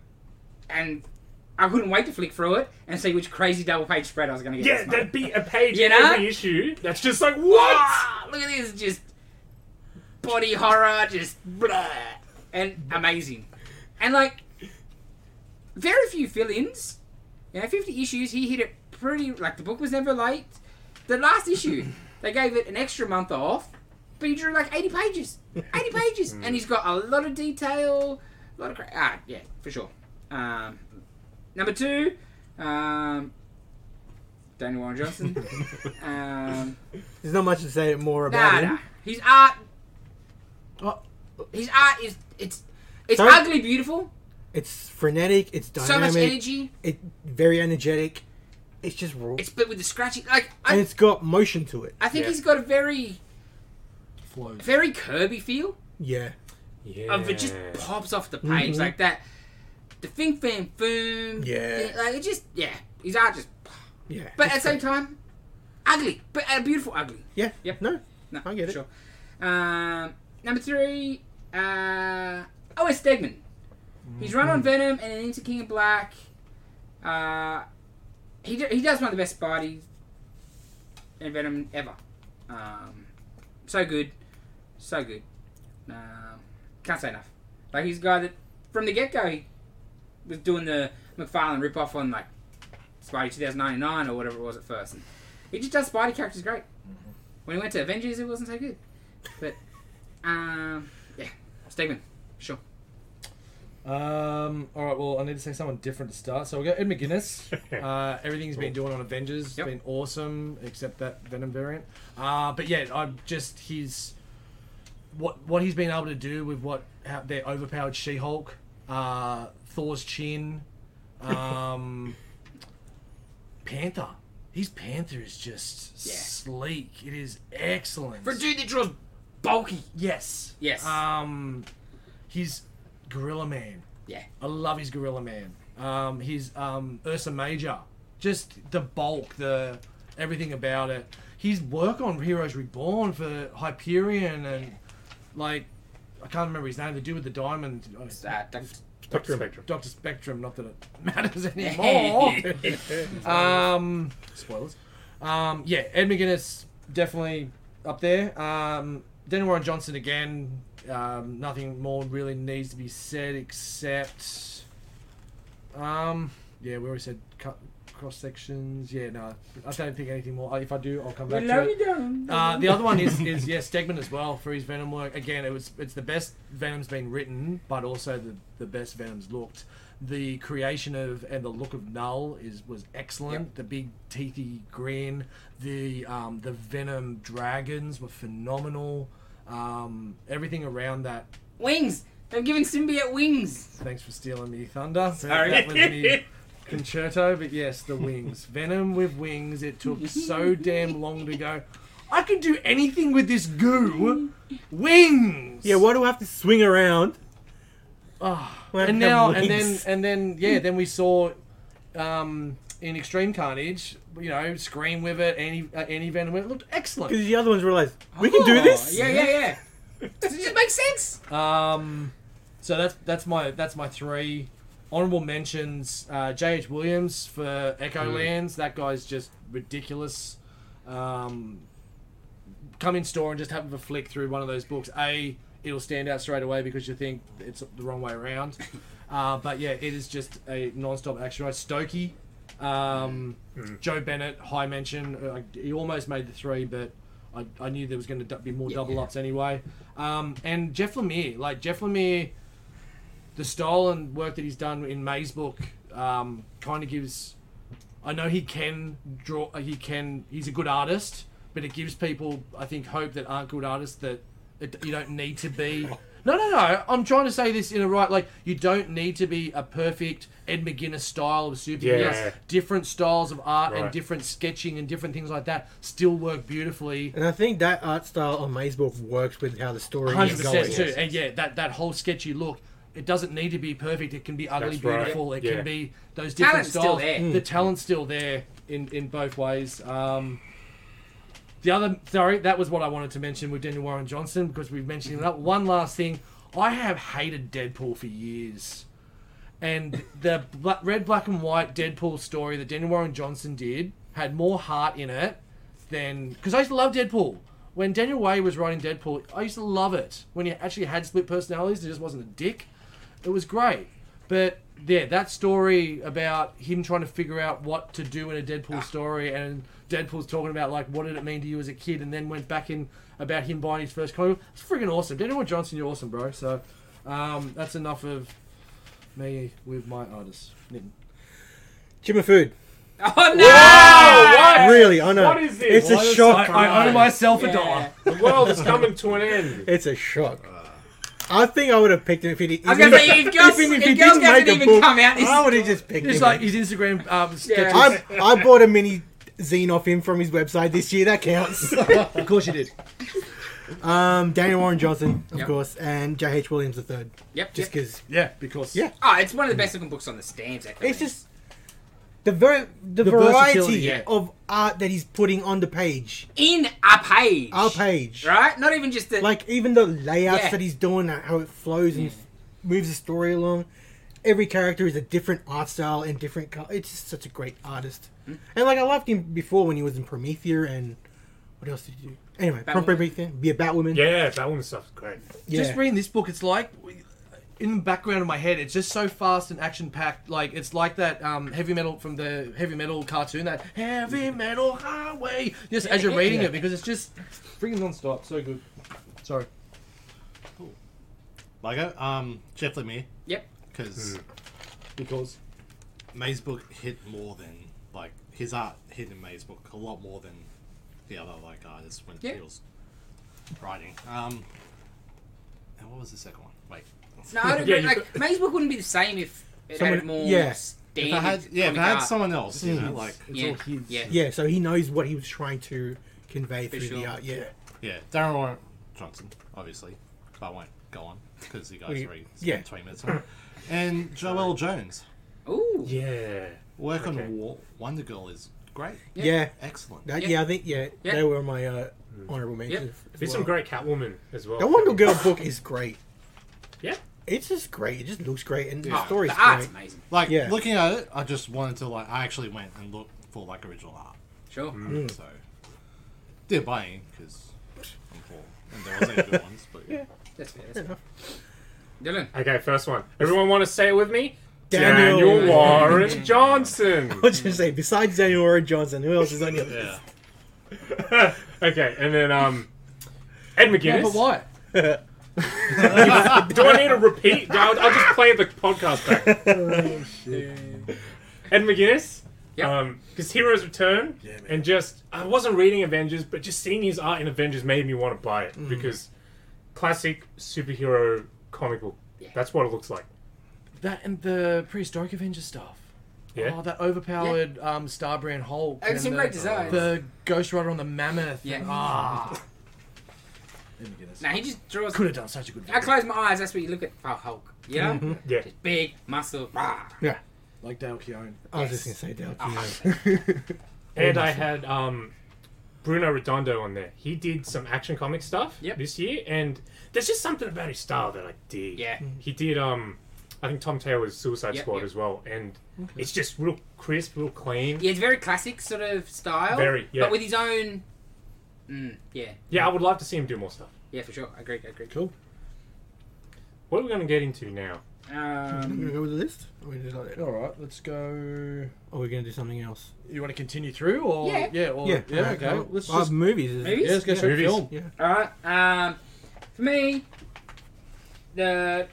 and I couldn't wait to flick through it and see which crazy double page spread I was going to get.
Yeah,
this month.
there'd be a page
You
in
know?
every issue that's just like what?
Ah, look at this, just body horror, just blah, and amazing, and like very few fill-ins. You know, fifty issues, he hit it pretty. Like the book was never late. The last issue, they gave it an extra month off, but he drew like eighty pages, eighty pages, and he's got a lot of detail, a lot of cra- ah, yeah, for sure. Um, number two, um, Daniel Warren Johnson. um,
There's not much to say more about
Nah,
him.
nah. His art,
Oh,
his art is it's it's
Don't-
ugly, beautiful,
it's frenetic. It's
so
dynamic.
much energy.
It very energetic. It's just raw,
It's but with the scratchy, like
and
I,
it's got motion to it.
I think
Yeah.
he's got a very
Flows.
very Kirby feel
Yeah,
Yeah.
of it just pops off the page
Mhm.
like that. The fing fang foom.
Yeah.
like it just yeah. His art just,
yeah.
but
It's
at the same time, ugly, but a beautiful ugly.
great. yeah,
Yep.
no,
No,
I get it.
Sure. Um, number three, uh, Owen Stegman. He's run
Mm-hmm.
on Venom and then into King of Black. Uh, he, do, he does one of the best bodies in Venom ever. Um, so good, so good. Um, can't say enough. Like he's a guy that from the get go he was doing the McFarlane rip off on like Spidey 2099 or whatever it was at first. And he just does Spidey characters great. When he went to Avengers, it wasn't so good. But, um, yeah, Stegman, sure.
Um, all right, well, I need to say someone different to start. So we'll go Ed McGuinness. Uh, everything he's been doing on Avengers has
Yep.
been awesome, except that Venom variant. Uh, but yeah, I'm just his what what he's been able to do with what how, their overpowered She-Hulk, uh, Thor's chin, um, Panther. His Panther is just
Yeah.
sleek. It is excellent.
For a dude that draws bulky.
yes,
Yes.
Um, he's Gorilla Man.
Yeah.
I love his Gorilla Man. Um, his um, Ursa Major, just the bulk, the everything about it. His work on Heroes Reborn for Hyperion and like I can't remember his name. The dude with the diamond, oh,
It's, uh, Doc-
Doctor Spectrum.
Doctor Spectrum. Not that it matters anymore. um, spoilers. Um, yeah, Ed McGuinness definitely up there. Um, Daniel Warren Johnson again. Um, nothing more really needs to be said except, um, yeah, we already said cut, cross sections. Yeah, no, I don't think anything more. Uh, If I do, I'll come back to it. Uh, the other one is is yeah Stegman as well for his Venom work. Again, it was it's the best Venom's been written, but also the the best Venom's looked. The creation of and the look of Null is was excellent. The big teethy grin, the um, the Venom dragons were phenomenal. Um, everything around that.
Wings! They've given Symbiote wings!
Thanks for stealing me thunder.
Sorry.
That was me concerto, but yes, the wings. Venom with wings. It took so damn long to go. I can do anything with this goo. Wings.
Yeah, why do I have to swing around?
Ah,
Well,
and
I
now
have
and then
wings.
and then yeah, then we saw um, in Extreme Carnage, you know, Scream with it, any uh, any Venom with it. it looked
Because
excellent. Oh,
the other ones realize we can do this.
Yeah, yeah, yeah. Does it just make sense?
Um, so that's that's my that's my three honorable mentions. Uh, J.H. Williams for Echo Lands. That guy's just ridiculous. Um, come in store and just have a flick through one of those books. A, it'll stand out straight away because you think it's the wrong way around. Uh, but yeah, it is just a non-stop action ride. Stokey, um, Joe Bennett, high mention. Uh, he almost made the three, but I, I knew there was going to be more double ups anyway. Um, and Jeff Lemire, like Jeff Lemire, the style and work that he's done in May's book um, kind of gives. I know he can draw. uh, He can. He's a good artist, but it gives people, I think, hope that aren't good artists that it, you don't need to be. No, no, no. I'm trying to say this in a right. Like you don't need to be a perfect Ed McGuinness style of superhero.
Yeah.
Different styles of art and
Right.
different sketching and different things like that still work beautifully.
And I think that art style on Mazebook works with how the story
hundred
is going.
percent too. And yeah, that that whole sketchy look. It doesn't need to be perfect. It can be ugly,
That's right.
beautiful. It
Yeah.
can be those different
Talent's still
styles.
there. Mm.
The talent's still there in in both ways. Um, the other, sorry, that was what I wanted to mention with Daniel Warren Johnson because we've mentioned him up. One last thing, I have hated Deadpool for years, and the bla red, black, and white Deadpool story that Daniel Warren Johnson did had more heart in it than because I used to love Deadpool. When Daniel Way was writing Deadpool, I used to love it when he actually had split personalities. It just wasn't a dick. It was great. But yeah, that story about him trying to figure out what to do in a Deadpool story, and Deadpool's talking about like what did it mean to you as a kid, and then went back in about him buying his first comic. book. It's freaking awesome. Daniel Johnson, you're awesome, bro. So um, that's enough of me with my artists. Nitin.
Jimmy Food.
Oh no!
what?
Really, I know.
What is this?
It's a
What is-
shock.
Oh, I, I owe myself a
Yeah.
dollar.
The world is coming to an end.
It's a shock. I think I would have picked him if he did.
I was gonna say, if Girls- if Girls Guides didn't even come out, this
I
is
would have just picked
It's
him.
like his Instagram um, sketches.
I, I bought a mini zine off him from his website this year. That counts.
Of course you did.
um, Daniel Warren Johnson, of
Yep.
course, and J.H. Williams the third.
Yep, yep.
Just because
Yeah, because
Yeah.
Oh, it's one of the best looking books on the stands. Actually.
it's just the very the,
The
variety
versatility, yeah.
of art that he's putting on the page,
in a page.
our page.
Right? Not even just the.
Like even the layouts
Yeah. Mm.
that he's doing, how it flows and moves the story along. Every character is a different art style and different color. It's just such a great artist.
Mm.
And like I loved him before when he was in Promethea and what else did he do? Anyway, from
Batwoman.
Promethea, be a Batwoman.
Yeah, that one stuff's great.
Yeah.
Just reading this book, it's like in the background of my head, it's just so fast and action packed. Like it's like that um, heavy metal from the heavy metal cartoon, that heavy metal highway. Just as you're reading it, because it's just freaking non-stop. So good. Sorry.
Lego, um, Jeff Lemire,
yep.
because
Because
May's book hit more than like his art hit in May's book a lot more than the other like artists when
Yeah.
it feels writing. Um, and what was the second one? Wait,
No, I don't
Yeah,
agree.
you
Like, Maze Book wouldn't be the same if it
Someone-
had more.
yeah.
Standard
if I had yeah, if
comic
I had
art.
someone else, you
Mm.
know, like
it's
yeah.
all kids.
Yeah.
Yeah, so he knows what he was trying to convey through the
sure.
art. Yeah.
yeah, Darren Warren Johnson, obviously, but I won't go on because you guys
We-
already spent
yeah.
twenty minutes on. it. And Joel Jones,
Ooh.
Yeah.
work
Okay.
on War, Wonder Girl is great,
Yeah.
excellent.
That,
Yeah.
yeah, I think yeah,
Yeah.
they were my uh, honorable mentions. as
Mm. There's some
well.
great Catwoman as well.
The Wonder Girl book is great.
Yeah.
It's just great. It just looks great, and the
Oh,
story's
the art's
great.
amazing.
Like
Yeah.
looking at it, I just wanted to like I actually went and looked for like original art.
Sure.
Hmm.
So they're buying because I'm poor and there wasn't good ones, but yeah.
That's fair. That's fair. Dylan.
Okay, first one. Everyone want to say it with me?
Daniel.
Daniel Warren Johnson.
What you say? Besides Daniel Warren Johnson, who else is on your
yeah.
list?
okay, and then um, Ed
Yeah,
McGuinness.
but why?
Do I need to repeat? I'll, I'll just play the podcast back. Ed McGuinness.
Yep.
because Heroes Return
man.
and just I wasn't reading Avengers, but just seeing his art in Avengers made me want to buy it because classic superhero comic book.
Yeah.
That's what it looks like.
That and the prehistoric Avenger stuff.
Yeah.
Oh, that overpowered um, Starbrand Hulk.
It's in
and
great
the-
design.
The Ghost Rider on the Mammoth.
Yeah.
Ah. Let me get this.
Now he just draws.
Could have done such a good
I
video.
close my eyes. That's what you look at. Oh, Hulk. You know,
Yeah.
just big muscle. Rah.
Yeah.
Like Dale Keown.
I was just gonna say Dale
Ah.
Keown.
And I had um, Bruno Redondo on there. He did some action comic stuff
Yep.
this year, and there's just something about his style that I dig.
Yeah.
Mm.
He did, um, I think Tom Taylor's Suicide
Yep,
Squad
yep.
as well, and it's just real crisp, real clean.
Yeah, it's very classic sort of style.
Very, yeah.
But with his own. Mm, yeah,
Yeah, I would love to see him do more stuff.
yeah, for sure. Agreed, agreed.
Cool.
What are we going to get into now?
We're gonna
Um,
go with the list. Or we just let it-
All right, let's go.
or we're gonna do something else.
You want to continue through, or
Yeah.
or,
Yeah.
yeah,
alright,
okay.
well,
Let's
uh,
just
movies. Is
Movies?
yeah, let's go
yeah.
straight to
Movies.
film.
Yeah.
all right. Um, for me, the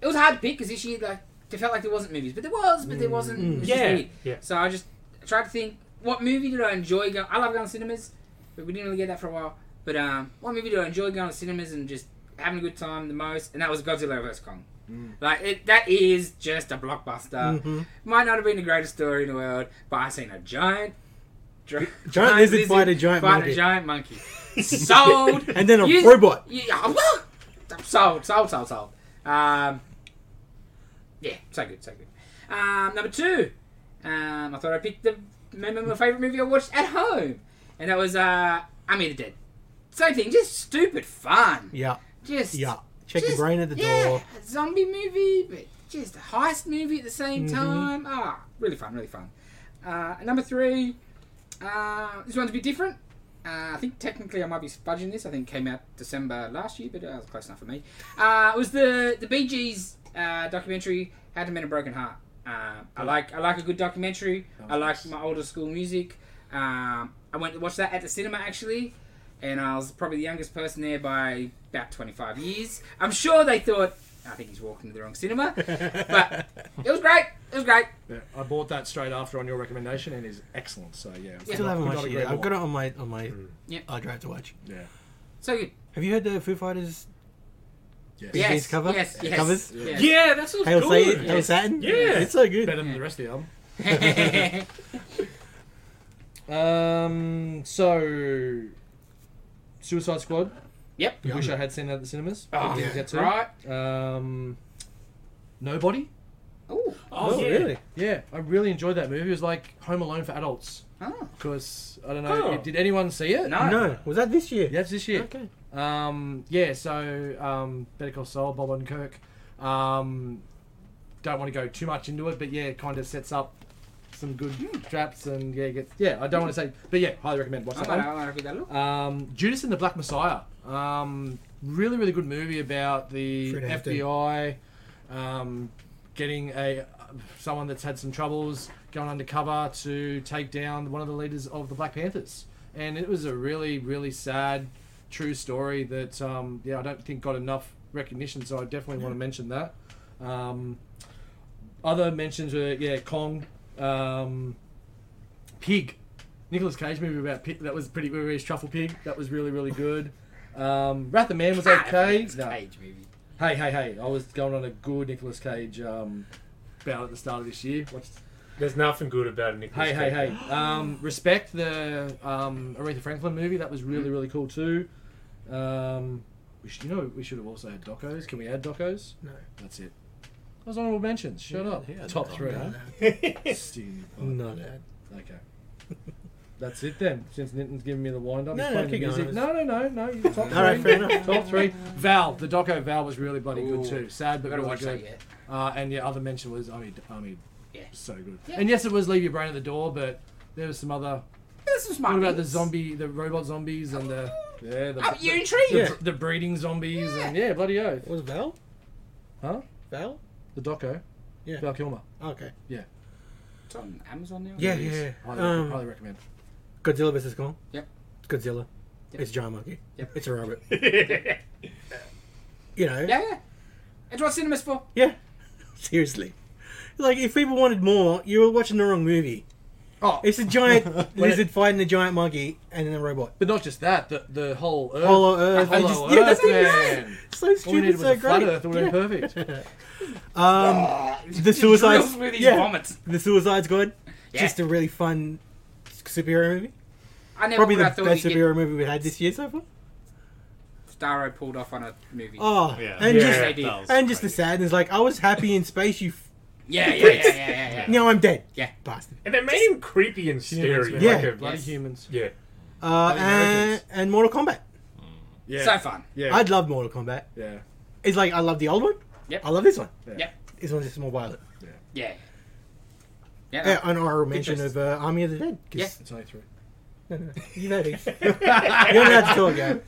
it was hard to pick because this year, like, it felt like there wasn't movies, but there was, but there wasn't. It was just
Yeah,
weird.
yeah.
So I just tried to think, what movie did I enjoy going? I love going to cinemas, but we didn't really get that for a while. But um, what movie did I enjoy going to cinemas and just having a good time the most? And that was Godzilla vs Kong.
Mm.
Like it, that is just a blockbuster.
Mm-hmm.
Might not have been the greatest story in the world, but I seen a giant. dra- Giant,
lizard fight a giant
fight
monkey.
a giant monkey. Sold.
And then a
You-
robot.
Yeah, I'm sold, sold, sold, sold. Um, yeah, so good, so good. Um, number two, um, I thought I picked the remember my favorite movie I watched at home, and that was uh, Army of the Dead. Same thing, just stupid fun.
Yeah.
Just
Yeah. Check your
just-
brain at the
yeah,
door.
a zombie movie, but just a heist movie at the same
Mhm.
time. Ah, really fun, really fun. Uh, and number three, uh, this one's a bit different. Uh, I think technically I might be fudging this. I think it came out December last year, but uh, it was close enough for me. Uh, it was the the Bee Gees uh, documentary, How to Mend a Broken Heart. Um, I like I like a good documentary. I like my older school music. Um, I went to watch that at the cinema actually, and I was probably the youngest person there by about 25 years. I'm sure they thought I think he's walking to the wrong cinema, but it was great. It was great.
Yeah, I bought that straight after on your recommendation, and is excellent. So yeah,
Yeah.
Still haven't
Could not
watched it
agree
yet.
more.
I've got it on my on my
Mm.
Yeah.
hard drive to watch.
Yeah.
So good.
Have you heard the Foo Fighters
Yes.
Bee
Yes,
Gees cover?
yes, yes.
Covers?
Yeah.
Yeah, that's what's
Hail, Sa-
good.
Hail
Yes.
Saturn?
Yeah.
It's so good.
Better than the rest of the album.
yeah,
Um. So, Suicide Squad.
Yep.
I Wish I had seen that at the cinemas.
Oh,
Didn't get to.
right.
Um. Nobody.
Ooh.
Oh, yeah.
Yeah, I really enjoyed that movie. It was like Home Alone for adults.
Oh.
Because I don't know,
Oh.
did anyone see it?
No.
No, was that this year?
Yeah, it's this year.
Okay.
Um, yeah, so um, Better Call Saul, Bob Odenkirk. Um, don't want to go too much into it, but yeah, it kind of sets up some good traps and yeah, gets yeah. I don't want to say, but yeah, highly recommend. Watch
I
that
might,
one.
I might have to give that a
Uh,
look.
Um, Judas and the Black Messiah. Um, really, really good movie about the
Fred Hampton.
FBI um, getting a someone that's had some troubles going undercover to take down one of the leaders of the Black Panthers. And it was a really, really sad, true story that um, yeah, I don't think got enough recognition. So I definitely want to mention that. Um, other mentions were yeah, Kong, um, Pig, Nicholas Cage movie about pig, that was pretty. Where he's truffle pig. That was really really good. Um, Wrath of Man was okay.
It's a
No.
Cage movie.
Hey hey hey! I was going on a good Nicholas Cage um, bout at the start of this year. Watched
There's nothing good about Nick.
Hey, hey, hey. Um, Respect, the um, Aretha Franklin movie. That was
Mm.
really, really cool too. Um, we should, you know, we should have also had Docos. Can we add Docos?
No.
That's it. Those honorable mentions. Shut up.
yeah,
Top
no,
three.
no,
huh? Sting.
No, no.
Okay. That's it then. Since Ninton's giving me the wind up,
No,
he's
no,
playing the
keep going.
music. No, no, no, no. you- Top three.
All right, fair enough.
Top three. Val, the doco Val was really bloody
Ooh.
good too. Sad, but
Gotta
really
watch
good.
that yet.
Uh, and yeah, other mention was Army. Army.
Yeah.
So good.
Yeah.
And yes, it was Leave Your Brain at the Door, but there was some other.
There's some smart
What about the
things.
zombie, the robot zombies, and the yeah, the,
Oh, you're
the,
intrigued.
the, the breeding zombies, and yeah, bloody oath,
Was Val?
huh?
Val?
The doco,
Yeah.
Val Kilmer,
Okay.
It's on Amazon now.
Yeah,
It is.
yeah. yeah.
highly, highly
Um,
recommend.
Godzilla vs. Kong?
Yep.
It's Godzilla.
Yep.
It's a giant monkey.
Yep.
It's a rabbit.
hey.
You know?
Yeah, yeah. It's what cinema's for.
Yeah. Seriously. Like, if people wanted more, you were watching the wrong movie.
Oh,
It's a giant lizard fighting a giant monkey and then a robot.
but not just that. The the whole Earth,
Hollow Earth. I
Uh, Hollow
just-
Earth,
yeah, that's
man.
So
All we
stupid,
needed was
so
a flat Earth. It would
great.
have been perfect.
Um, the
He drills
Suicide
with his
yeah,
vomits.
the Suicide Squad.
Yeah.
Just a really fun superhero movie.
I never
Probably
would
the
have
best
thought he'd get
superhero movie we had this year so far.
Starro pulled off on a movie.
Oh,
Yeah.
and
Yeah.
just
Yeah.
they did.
that was
and just the
crazy.
sadness. Like I was happy in space. You f-
Yeah, yeah, yeah, yeah, yeah, yeah.
now I'm dead.
Yeah.
bastard.
And they made him creepy and scary.
Yeah.
Like a,
bloody
Yes.
humans.
yeah.
Uh,
Bloody
and,
Americans.
and Mortal Kombat.
Yeah,
So fun.
yeah,
I'd love Mortal Kombat.
yeah.
It's like I love the old one.
Yep.
I love this one.
Yep.
This one's just more violent.
Yeah. Yeah.
Uh, an honorable mention
choice.
of uh, Army of the Dead. 'cause-
Yes.
It's only three.
No, no, no. You know these. you don't have to talk, Gary.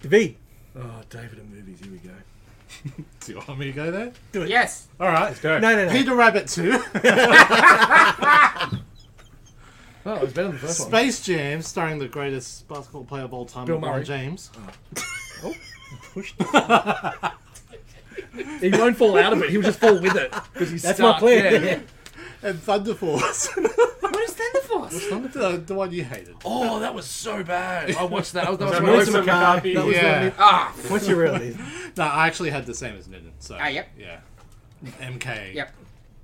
V.
Oh, David and movies. Here we go.
Do you want me to go there?
Yes.
All right.
Go.
No, no, no.
Peter Rabbit 2,
Oh, it was better than the first one.
Space Jam, starring the greatest basketball player of all time,
Bill
LeBron
Murray.
James.
Oh.
He won't fall out of it. He'll just fall with it because he's
That's
stuck.
my plan.
Yeah, yeah.
And Thunder Force.
What is Thunder Force?
the, the one you hated.
Oh, that was so bad. I watched that. I was, that was
So
one of
Melissa
Melissa
those-
McCarthy.
McCarthy.
yeah.
Ah.
What's your real name?
No, I actually had the same as Nidden. So,
Ah, yep.
Yeah. MK,
Yep.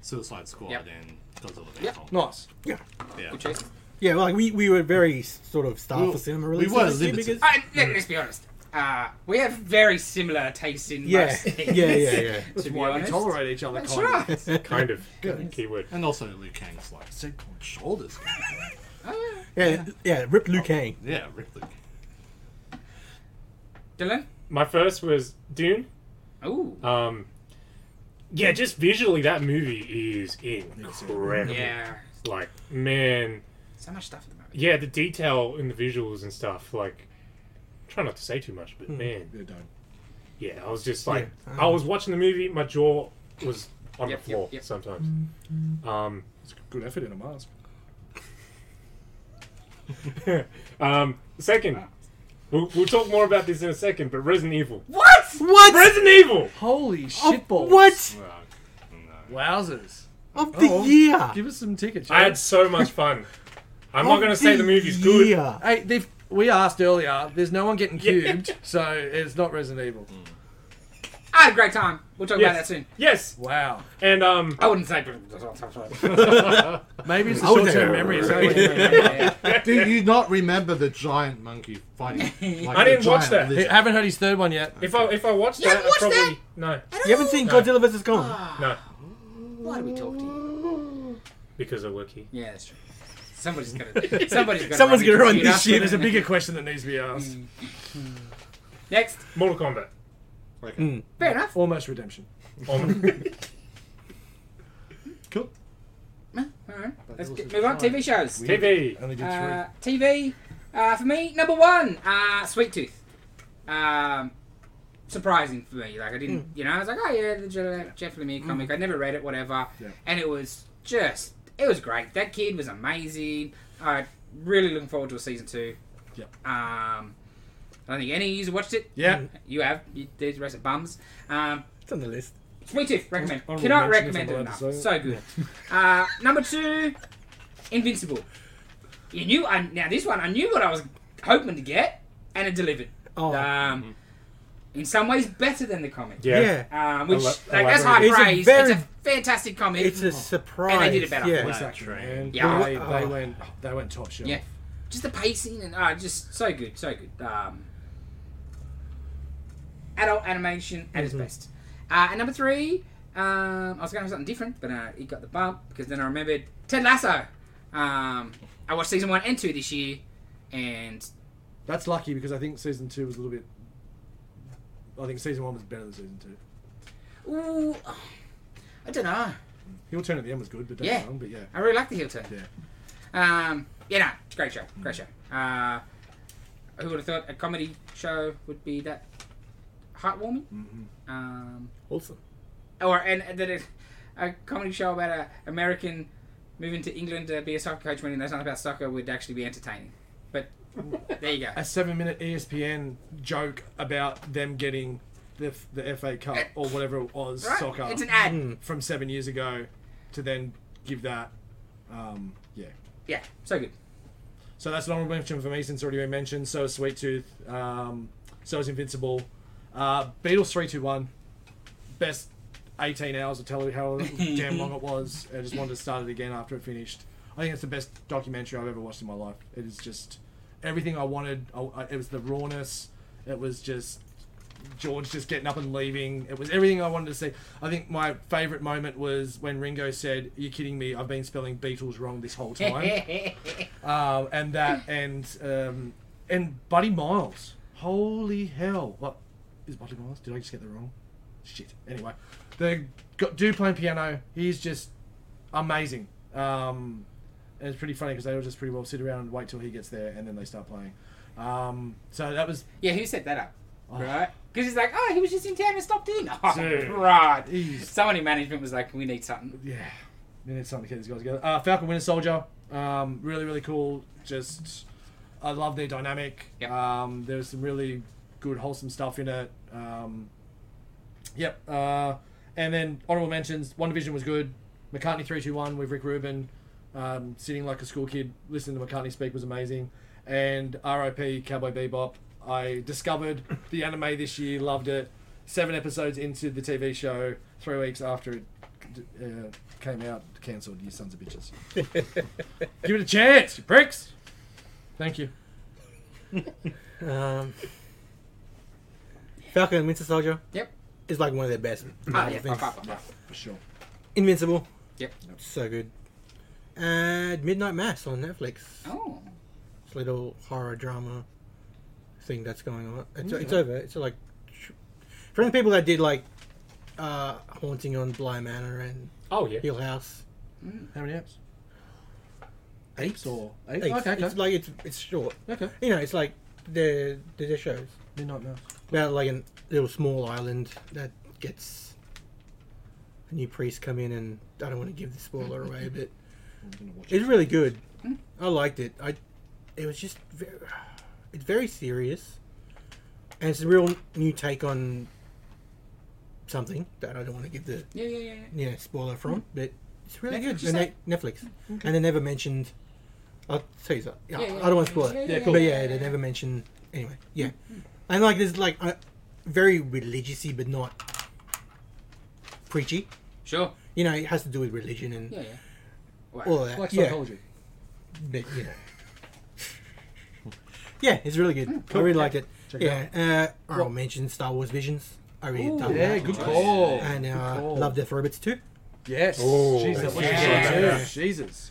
Suicide Squad,
Yep.
and Godzilla vs.
Yep.
Kong.
Nice.
Yeah.
Yeah.
Good choice.
Yeah, like we, we were very s- sort of starved
We-
for cinema
we
releases.
were
this year
limited.
because-
I, let, us be honest. Uh, we have very similar tastes in
Yeah.
most things.
Yeah, yeah, yeah.
to be
Why we
honest.
tolerate each other.
That's
kind of.
right.
Kind of.
Good.
Keyword.
And also Liu Kang's like sick on shoulders.
Oh,
Yeah, yeah, rip Liu Kang.
yeah, Ripley.
yeah. Dylan?
My first was Dune.
Ooh.
Um, yeah, just visually, that movie is incredible.
yeah.
Like, man,
So much stuff at the moment.
yeah, the detail in the visuals and stuff. Like, try not to say too much, but man,
Yeah, don't.
yeah, I was just like,
Yeah.
I was watching the movie, my jaw was on
Yep,
the
yep,
floor
yep.
sometimes. Um,
It's good effort in a mask.
um, second, we'll, we'll talk more about this in a second, but Resident Evil.
What?
What?
Resident Evil!
Holy
Of
shit balls.
what?
No, no.
Wowzers.
Of the
Oh.
year.
Give us some tickets.
I had
Jared.
so much fun. I'm not going to say the movie's good.
Oh, Yeah.
Hey, they've, we asked earlier. There's no one getting cubed, so it's not Resident Evil.
I had a Ah, great time. We'll talk about that
Yes.
soon.
Yes.
Wow.
And um
I wouldn't say.
Maybe it's the
I would
short-term
say-
memory. It's
Yeah,
only-
yeah, yeah.
Do you not remember the giant monkey fighting? Like
I
the
didn't watch
giant
that.
lizard?
I haven't heard his third one yet.
if I if I watched
You
that,
haven't
I probably
watched
no.
You haven't seen
No.
Godzilla vs. Kong?
No,
Why do we talk to you?
because I work here.
Yeah, that's true. Somebody's gonna. Somebody's gonna.
Someone's
run your
gonna run
computer.
this shit.
There's a bigger question that needs to be asked.
Next.
Mortal Kombat.
Okay.
Fair enough.
Almost redemption.
Um,
Cool.
All right. Let's get, move on. TV shows.
TV.
Only did three.
Uh, TV. Uh, for me, number one, uh, Sweet Tooth. Um, surprising for me. Like I didn't,
Hmm.
you know, I was like, oh yeah, the Je- Jeff Lemire comic. I never read it, whatever.
Yeah.
And it was just, it was great. That kid was amazing. I really looking forward to a season two.
Yeah.
Um, I don't think any of you watched it.
Yeah.
You have. You, there's the rest of bums. Um,
It's on the list.
Sweet Tooth, recommend.
Honorable
Cannot
mention, if
recommend
I'm
it
allowed
enough.
to say
So good. uh, number two, Invincible. You knew. I, now this one, I knew what I was hoping to get, and it delivered.
Oh.
Um, in some ways, better than the comic.
Yeah.
Yeah.
Um, which
Ele-
like that's high
elaborate.
It's a
praise.
very-
it's a fantastic comic.
It's a surprise.
And they did it better.
Yeah.
Wow.
Exactly,
train.
man.
Yeah. Oh.
They, they went. They went top shelf.
Yeah. just the pacing and uh, just so good, so good. Um, adult animation at its best. Uh, and number three, um, I was going to have something different, but uh, it got the bump because then I remembered Ted Lasso. Um, I watched season one and two this year, and
That's lucky because I think season two was a little bit. I think season one was better than season two.
ooh, I don't know.
Heel turn at the end was good, but don't
Yeah.
get me wrong, but yeah.
I really like the heel turn.
Yeah.
Um, yeah, no, it's a great show, great show. Uh, who would have thought a comedy show would be that heartwarming? Um,
Awesome.
or and and then it, a comedy show about a American moving to England to be a soccer coach when he knows nothing about soccer would actually be entertaining. But there you go.
A seven-minute E ESPN joke about them getting the the FA Cup or whatever it was
Right?
soccer Hmm.
It's an ad.
from seven years ago to then give that. Um, yeah,
Yeah, so good.
So that's an honorable mention for me since it's already been mentioned. So is Sweet Tooth. Um, so is Invincible. Uh, Beatles 321. Best 18 hours of tell how damn long it was. I just wanted to start it again after it finished. I think it's the best documentary I've ever watched in my life. It is just everything I wanted. I, I- it was the rawness. It was just George just getting up and leaving. It was everything I wanted to see. I think my favourite moment was when Ringo said, Are you kidding me? I've been spelling Beatles wrong this whole time. Um, and that and um, and Buddy Miles. Holy hell! What is Buddy Miles? Did I just get that wrong? Shit. Anyway, the got do playing piano. He's just amazing. Um, and it's pretty funny because they all just pretty well sit around and wait till he gets there, and then they start playing. Um, so that was
yeah, who set that up?
Oh.
Right? Because he's like, oh, he was just in town and stopped in. Oh,
Dude.
right.
He's-
Someone in management was like, we need something.
yeah. We need something to get these guys together. Uh, Falcon Winter Soldier, um, really really cool. Just I love their dynamic.
Yep.
Um, there's some really good wholesome stuff in it. Um, yep. Uh, and then honorable mentions. One Division was good. McCartney three two one with Rick Rubin, um, sitting like a school kid listening to McCartney speak was amazing. And R.I.P. Cowboy Bebop. I discovered the anime this year. Loved it. Seven episodes into the TV show, three weeks after it uh, came out, cancelled. You sons of bitches. Give it a chance, you pricks. Thank you.
Um, Falcon and Winter Soldier
Yep.
is like one of their best.
Oh,
Marvel
yeah,
things.
fuck, fuck, fuck, fuck.
For sure.
Invincible.
Yep.
So good. And Midnight Mass on Netflix.
Oh.
This little horror drama thing that's going on. It's, it's over. It's like from the people that did like uh, Haunting on Bly Manor and
Oh yeah.
Hill House.
How many apps?
Apes
or
Eight.
apes? Okay, okay.
It's like it's it's short.
okay.
You know, it's like the the their shows
Midnight Mouse.
about like a little small island that gets a new priest come in and I don't want to give the spoiler away, but
I'm gonna watch it. Hmm?
It's really good. I liked it. I, it was just very, it's very serious, and it's a real new take on something that I don't want to give the
Yeah, yeah, yeah. yeah.
yeah spoiler
Hmm?
from, but it's really
Netflix, you
good. And
say?
they- Netflix, and they never mentioned. I'll tell you that. Yeah,
Yeah, yeah,
I don't want to spoil it.
yeah, yeah,
But
yeah,
yeah, they never mentioned anyway. Yeah,
Hmm.
and like there's like a, very religiousy, but not preachy.
Sure.
You know, it has to do with religion and
Yeah, yeah. Wow.
all that.
Like
yeah.
psychology.
But, you know. yeah, it's really good. I really liked it.
Hmm, Check it
yeah, uh, I'll mention Star Wars Visions. I really
Ooh,
dug
Yeah,
that.
good call.
And uh,
Good call.
Love Death Robots too.
Yes.
Oh,
Jesus.
yeah.
Yeah.
Jesus.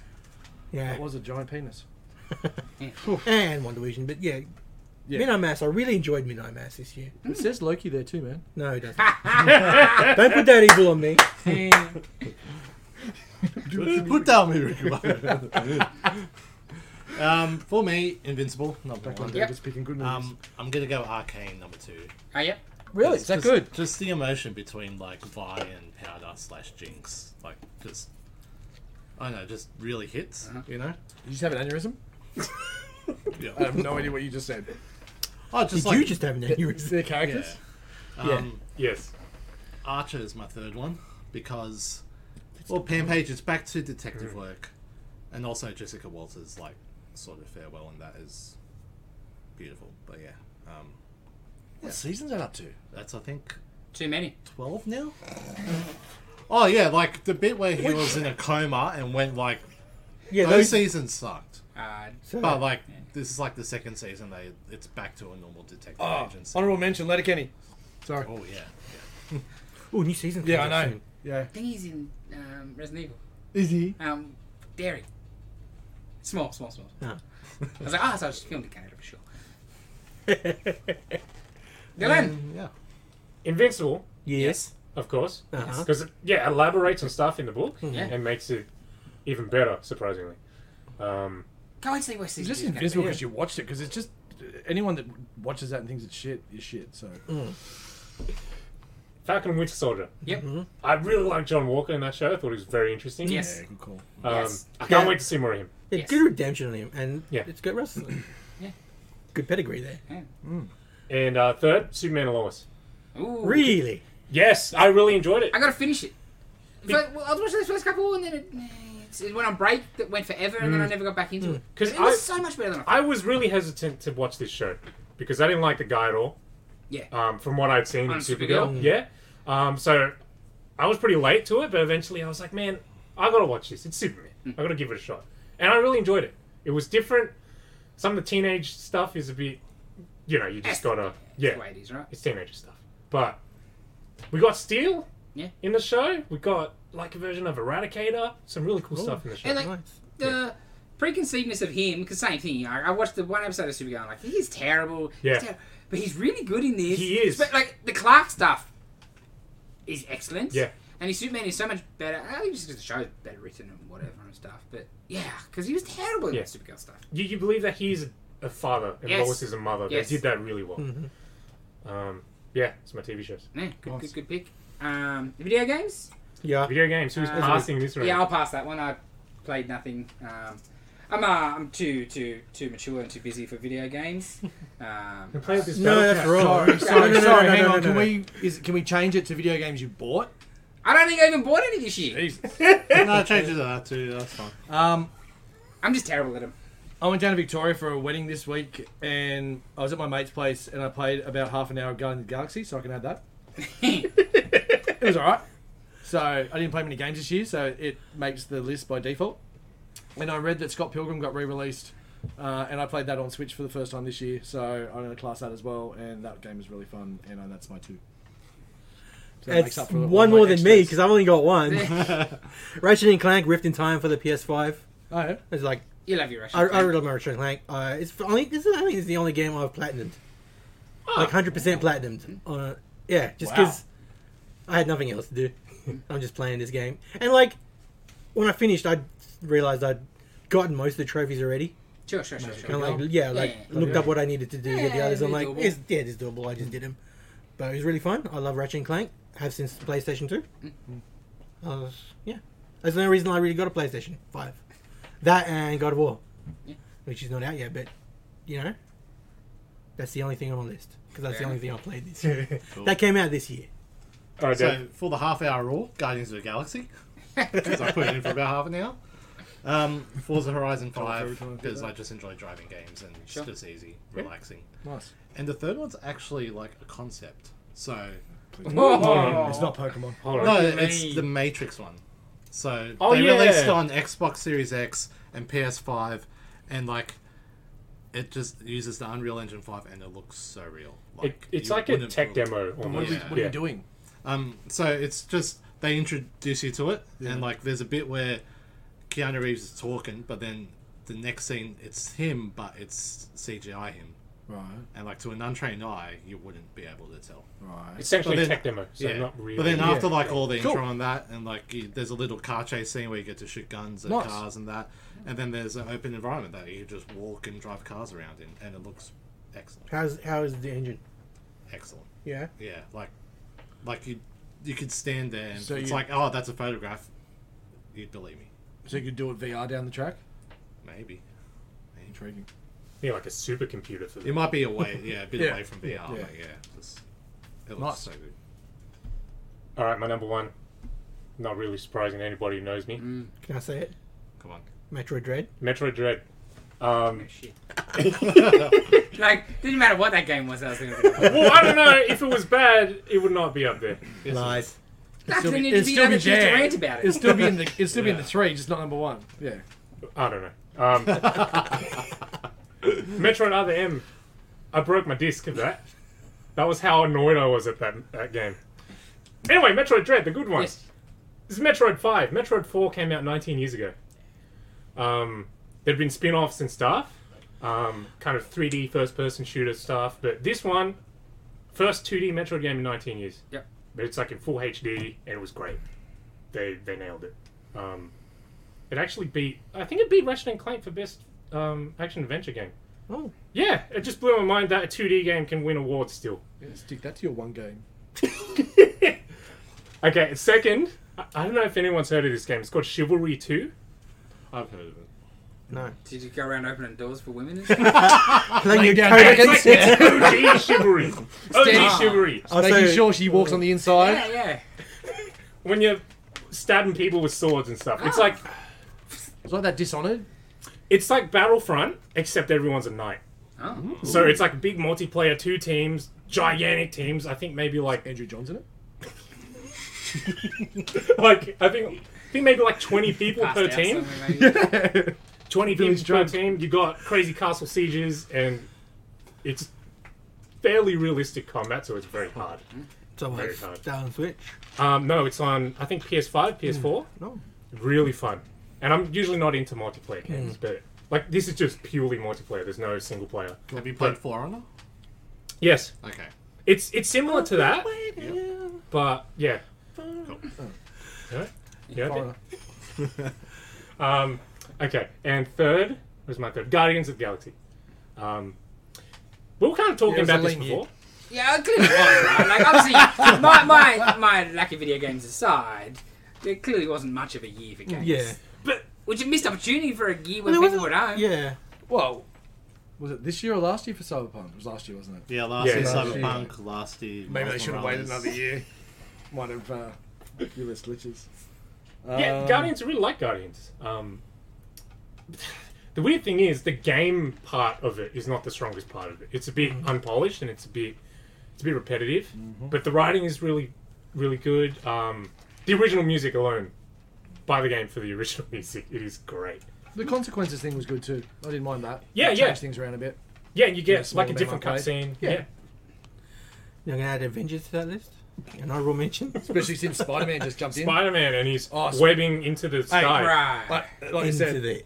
Yeah,
That was a giant penis.
and One Division. But yeah,
Yeah.
Midnight Mass. I really enjoyed Midnight Mass this year.
It says Loki there too, man.
No, it doesn't. Don't put that evil on me.
Yeah.
Put down me, Ricky Um, for me, Invincible, number
Back on
one.
there,
Yep.
just picking good movies.
Um, I'm gonna go Arcane, number two.
oh, yeah.
really?
Just-
Is that
just-
good?
Just the emotion between like Vi and Powder slash Jinx, like just I don't know, just really hits. You know?
Did you just have an aneurysm?
Yeah.
I have no idea what you just said.
oh, just
Did
like
you just have an aneurysm?
Their
yeah.
characters?
Um,
Yes.
Archer is my third one because well, Pam Page is back to detective work, and also Jessica Walters like sort of farewell, and that is beautiful. But yeah, um, what season's that up to? That's I think
Too many.
12 now? oh, yeah, like the bit where he was in a coma and went like.
Yeah,
those
those.
seasons sucked.
Uh,
so-
But, like, this is like the second season, they it's back to a normal detective
Oh,
agency.
honorable mention, Letterkenny. Sorry.
Oh, yeah.
oh, new season. comes
Yeah, I
out
know. Yeah.
I think he's in um, Resident Evil.
Is he?
Um, dairy. Small, small, small.
soon. No.
I was like, ah, so I was just filmed in Canada for sure.
Yeah.
Dylan.
yeah.
Invincible,
Yes.
of course,
Uh-huh.
because it yeah elaborates on stuff in the book
Yeah.
and makes it even better. Surprisingly. Um,
Go and see where
It's
season
just
is gonna be.
invisible because you watched it. Because it's just anyone that watches that and thinks it's shit is shit. So
Falcon and Winter Soldier.
Yep.
I really like John Walker in that show. I thought he was very interesting.
Yes.
yeah, good call.
Um,
Yes.
I can't
Yeah.
wait to see more of him.
Yeah,
Yes.
Good redemption on him, and
Yeah.
it's good wrestling.
Yeah.
Good pedigree there.
And uh, third, Superman and Lois.
Ooh.
Really?
Yes, I really enjoyed it.
I gotta finish it. It's like, well, I was watching the first couple and then it. eh, it went on break that went forever, and then I never got back into it.
'Cause
it was
Mm. I-
so much better than I. thought.
I was really hesitant to watch this show because I didn't like the guy at all.
Yeah.
Um, from what I'd seen
On
in Supergirl.
Supergirl?
Yeah. Um, so I was pretty late to it, but eventually I was like, man, I gotta watch this. It's Superman.
Hmm.
I gotta give it a shot. And I really enjoyed it. It was different. Some of the teenage stuff is a bit, you know, you just
That's-
gotta,
That's
yeah,
the way it is, right?
it's teenager stuff. But we got Steel.
Yeah.
In the show, we got like a version of Eradicator. Some really cool stuff in the show.
And like
Nice.
the preconceivedness of him, because same thing. I, I watched the one episode of Supergirl, and like he's terrible. he's
Yeah.
terrible. but he's really good in this.
He is.
But like the Clark stuff is excellent.
Yeah.
And his Superman is so much better. I think just because the show's better written and whatever and stuff. But yeah, because he was terrible in
Yeah.
that Supergirl stuff.
you, you believe that he's a, a father and
Yes.
Lois is a mother.
Yes.
They did that really well.
Mm-hmm.
Um, yeah, it's my TV shows.
Yeah, good,
Nice.
good, good pick. Um, the video games?
Yeah.
Video games. Who's
Uh,
passing this round?
Yeah, I'll pass that one. I played nothing. Um, I'm uh, I'm too too too mature and too busy for video games. Um,
Play with this
No,
battle
that's
cat.
wrong.
Sorry, sorry,
No, no, no, no,
sorry.
no,
hang
no,
on.
no,
can
no.
we is can we change it to video games you bought?
I don't think I even bought any this year.
Jesus.
no, change it to that too. That's fine.
Um,
I'm just terrible at them.
I went down to Victoria for a wedding this week, and I was at my mate's place, and I played about half an hour of Guardians of the Galaxy, so I can add that. It was alright. So I didn't play many games this year, so it makes the list by default. And I read that Scott Pilgrim got re-released, uh, and I played that on Switch for the first time this year, so I'm going to class that as well. And that game is really fun, and uh, that's my two. So that
It's
makes up for all
one
my
more than me because
extras.
I've only got one. Ratchet and Clank Rift in Time for the PS5.
Oh, yeah.
It's like
you love your Russian.
I, I really love Ratchet and Clank. Uh, it's the only this is, I think it's the only game I've platinumed, like hundred percent platinumed. Uh, yeah, just
Wow.
because I had nothing else to do. I'm just playing this game, and like when I finished, I realized I'd gotten most of the trophies already.
sure, sure, sure,
And
sure.
like yeah, like
Yeah.
looked up what I needed to do to get the
Yeah,
others. I'm
it's
like,
doable.
it's, yeah, it's doable. I just did them, but it was really fun. I love Ratchet and Clank. Have since PlayStation Two. Uh, yeah, there's no reason I really got a PlayStation Five. That and God of War,
Yeah.
which is not out yet, but you know, that's the only thing on my list because that's
Fair
the only
enough.
thing I played this year.
Cool.
That came out this year.
All right,
So
Dave.
for the half hour rule, Guardians of the Galaxy, because I put it in for about half an hour. Um, Forza Horizon
every
Five,
time I do
because
that.
I just enjoy driving games and it's
Sure.
just easy,
Yeah.
relaxing.
Nice.
And the third one's actually like a concept. So
Oh,
It's not Pokemon.
Hold on.
no,
do you
it's
mean?
the Matrix one. So
Oh,
they
yeah.
released on Xbox Series X and PS5, and like it just uses the Unreal Engine 5, and it looks so real.
It, it's
you
like a
wouldn't
tech
believe-
demo.
What are,
Almost.
we,
Yeah.
Yeah.
what are we doing?
Um, so it's just they introduce you to it,
Yeah.
and like there's a bit where Keanu Reeves is talking, but then the next scene it's him, but it's CGI him,
Right,
and like to an untrained eye, you wouldn't be able to tell.
right.
Essentially,
But then-
tech demo. So not really.
But then
Yeah.
after like all the
Cool.
intro on that, and like you, there's a little car chase scene where you get to shoot guns and
Nice.
cars and that, and then there's an open environment that you just walk and drive cars around in, and it looks excellent,
How's how is the engine?
excellent.
Yeah,
Yeah, like like you you could stand there and
So
it's
you-
like oh that's a photograph, you'd believe me,
So you could do it VR down the track?
maybe. Maybe.
Intriguing.
yeah, like a supercomputer for
It
them.
might be away, yeah, a bit
Yeah.
away from VR,
Yeah.
but yeah, just, it looks
Nice.
so good.
All right, my number one. Not really surprising to anybody who knows me.
Mm.
can I say it?
Come on.
Metroid Dread.
Metroid Dread. Um,
shit. like didn't matter what that game was. I was thinking.
well, I don't know if it was bad, it would not be up there.
Yes,
Lies.
That's
still
the
be-
need
it'd
to be
still be
another dude to
jammed.
rant about
It'd
it.
still be in the it'd still be in the three, just not number one. Yeah.
I don't know. Um, Metroid Other M. I broke my disc of that. That was how annoyed I was at that, that game. Anyway, Metroid Dread, the good one.
Yes.
This is Metroid 5. Metroid 4 came out 19 years ago. Um, there'd been spin offs and stuff, um, kind of 3D first person shooter stuff, but this one, first 2D Metroid game in 19 years.
Yep.
But it's like in full HD, and it was great. They they nailed it. Um, it actually beat, I think it beat Ratchet and Clank for best um, action adventure game.
Oh,
Yeah, it just blew my mind that a 2D game can win awards still.
Yeah, Stick that to your one game.
Okay, second, I, I don't know if anyone's heard of this game. It's called Chivalry 2.
I've heard of it.
no.
Did you go around opening doors for women? And stuff?
Playing your
down
code
Dragon
against it.
It's OG chivalry. OG
Steady.
chivalry.
I'll
Making
say-
sure she walks on the inside.
yeah, yeah. Ah.
When you're stabbing people with swords and stuff, it's like
It's like that Dishonored.
It's like Battlefront, except everyone's a knight.
Oh.
So it's like big multiplayer, two teams, gigantic teams. I think maybe like
Andrew John's in it.
like I think I think maybe like twenty people
Passed
per
out
team.
somewhere, maybe.
Twenty
Billy's
people per
drunk.
team. You got crazy castle sieges, and it's fairly realistic combat, so it's very hard.
So
Very
it's
hard.
down Switch.
Um, no, it's on I think PS5, PS4.
No.
Really fun, and I'm usually not into multiplayer games, but like this is just purely multiplayer. There's no single player.
Have you played For Honor?
Yes,
Okay.
it's it's similar to that, but yeah.
Cool.
Yeah. Yeah, I did.
Foreigner.
Um, okay, and third was my third Guardians of the Galaxy. Um, we were kind of talking
Yeah, it was
about
a
this
lean
before.
Yeah, clearly was. Right? Like obviously, my, my my lack of video games aside, there clearly wasn't much of a year for games.
Yeah.
But
Which a missed opportunity for a year
Well,
when
there
people were
wasn't-
at home.
Yeah.
Well, was it this year or last year for Cyberpunk? It was last year, wasn't it?
Yeah, last
Yeah,
year
last
year.
Cyberpunk, last year.
Maybe they
Miles
should have waited
Morales.
another year. Might have uh, your list glitches.
yeah,
Um,
Guardians, I really like Guardians. Um, the weird thing is, the game part of it is not the strongest part of it. It's a bit
Mm-hmm.
unpolished and it's a bit it's a bit repetitive, but the writing is really really good. Um, the original music alone, buy the game for the original music. It is great.
The consequences thing was good too. I didn't mind that.
Yeah,
It
yeah.
Changed things around a bit.
Yeah, you
Yeah,
get
smaller
like a
than
different
I played.
cutscene.
Yeah.
yeah.
You're gonna add Avengers to that list? An honorable mention?
Especially since Spider Man just jumped in.
Spider Man and he's
Oh, Sp-
webbing into the sky.
Right.
like, like I
Into
said,
the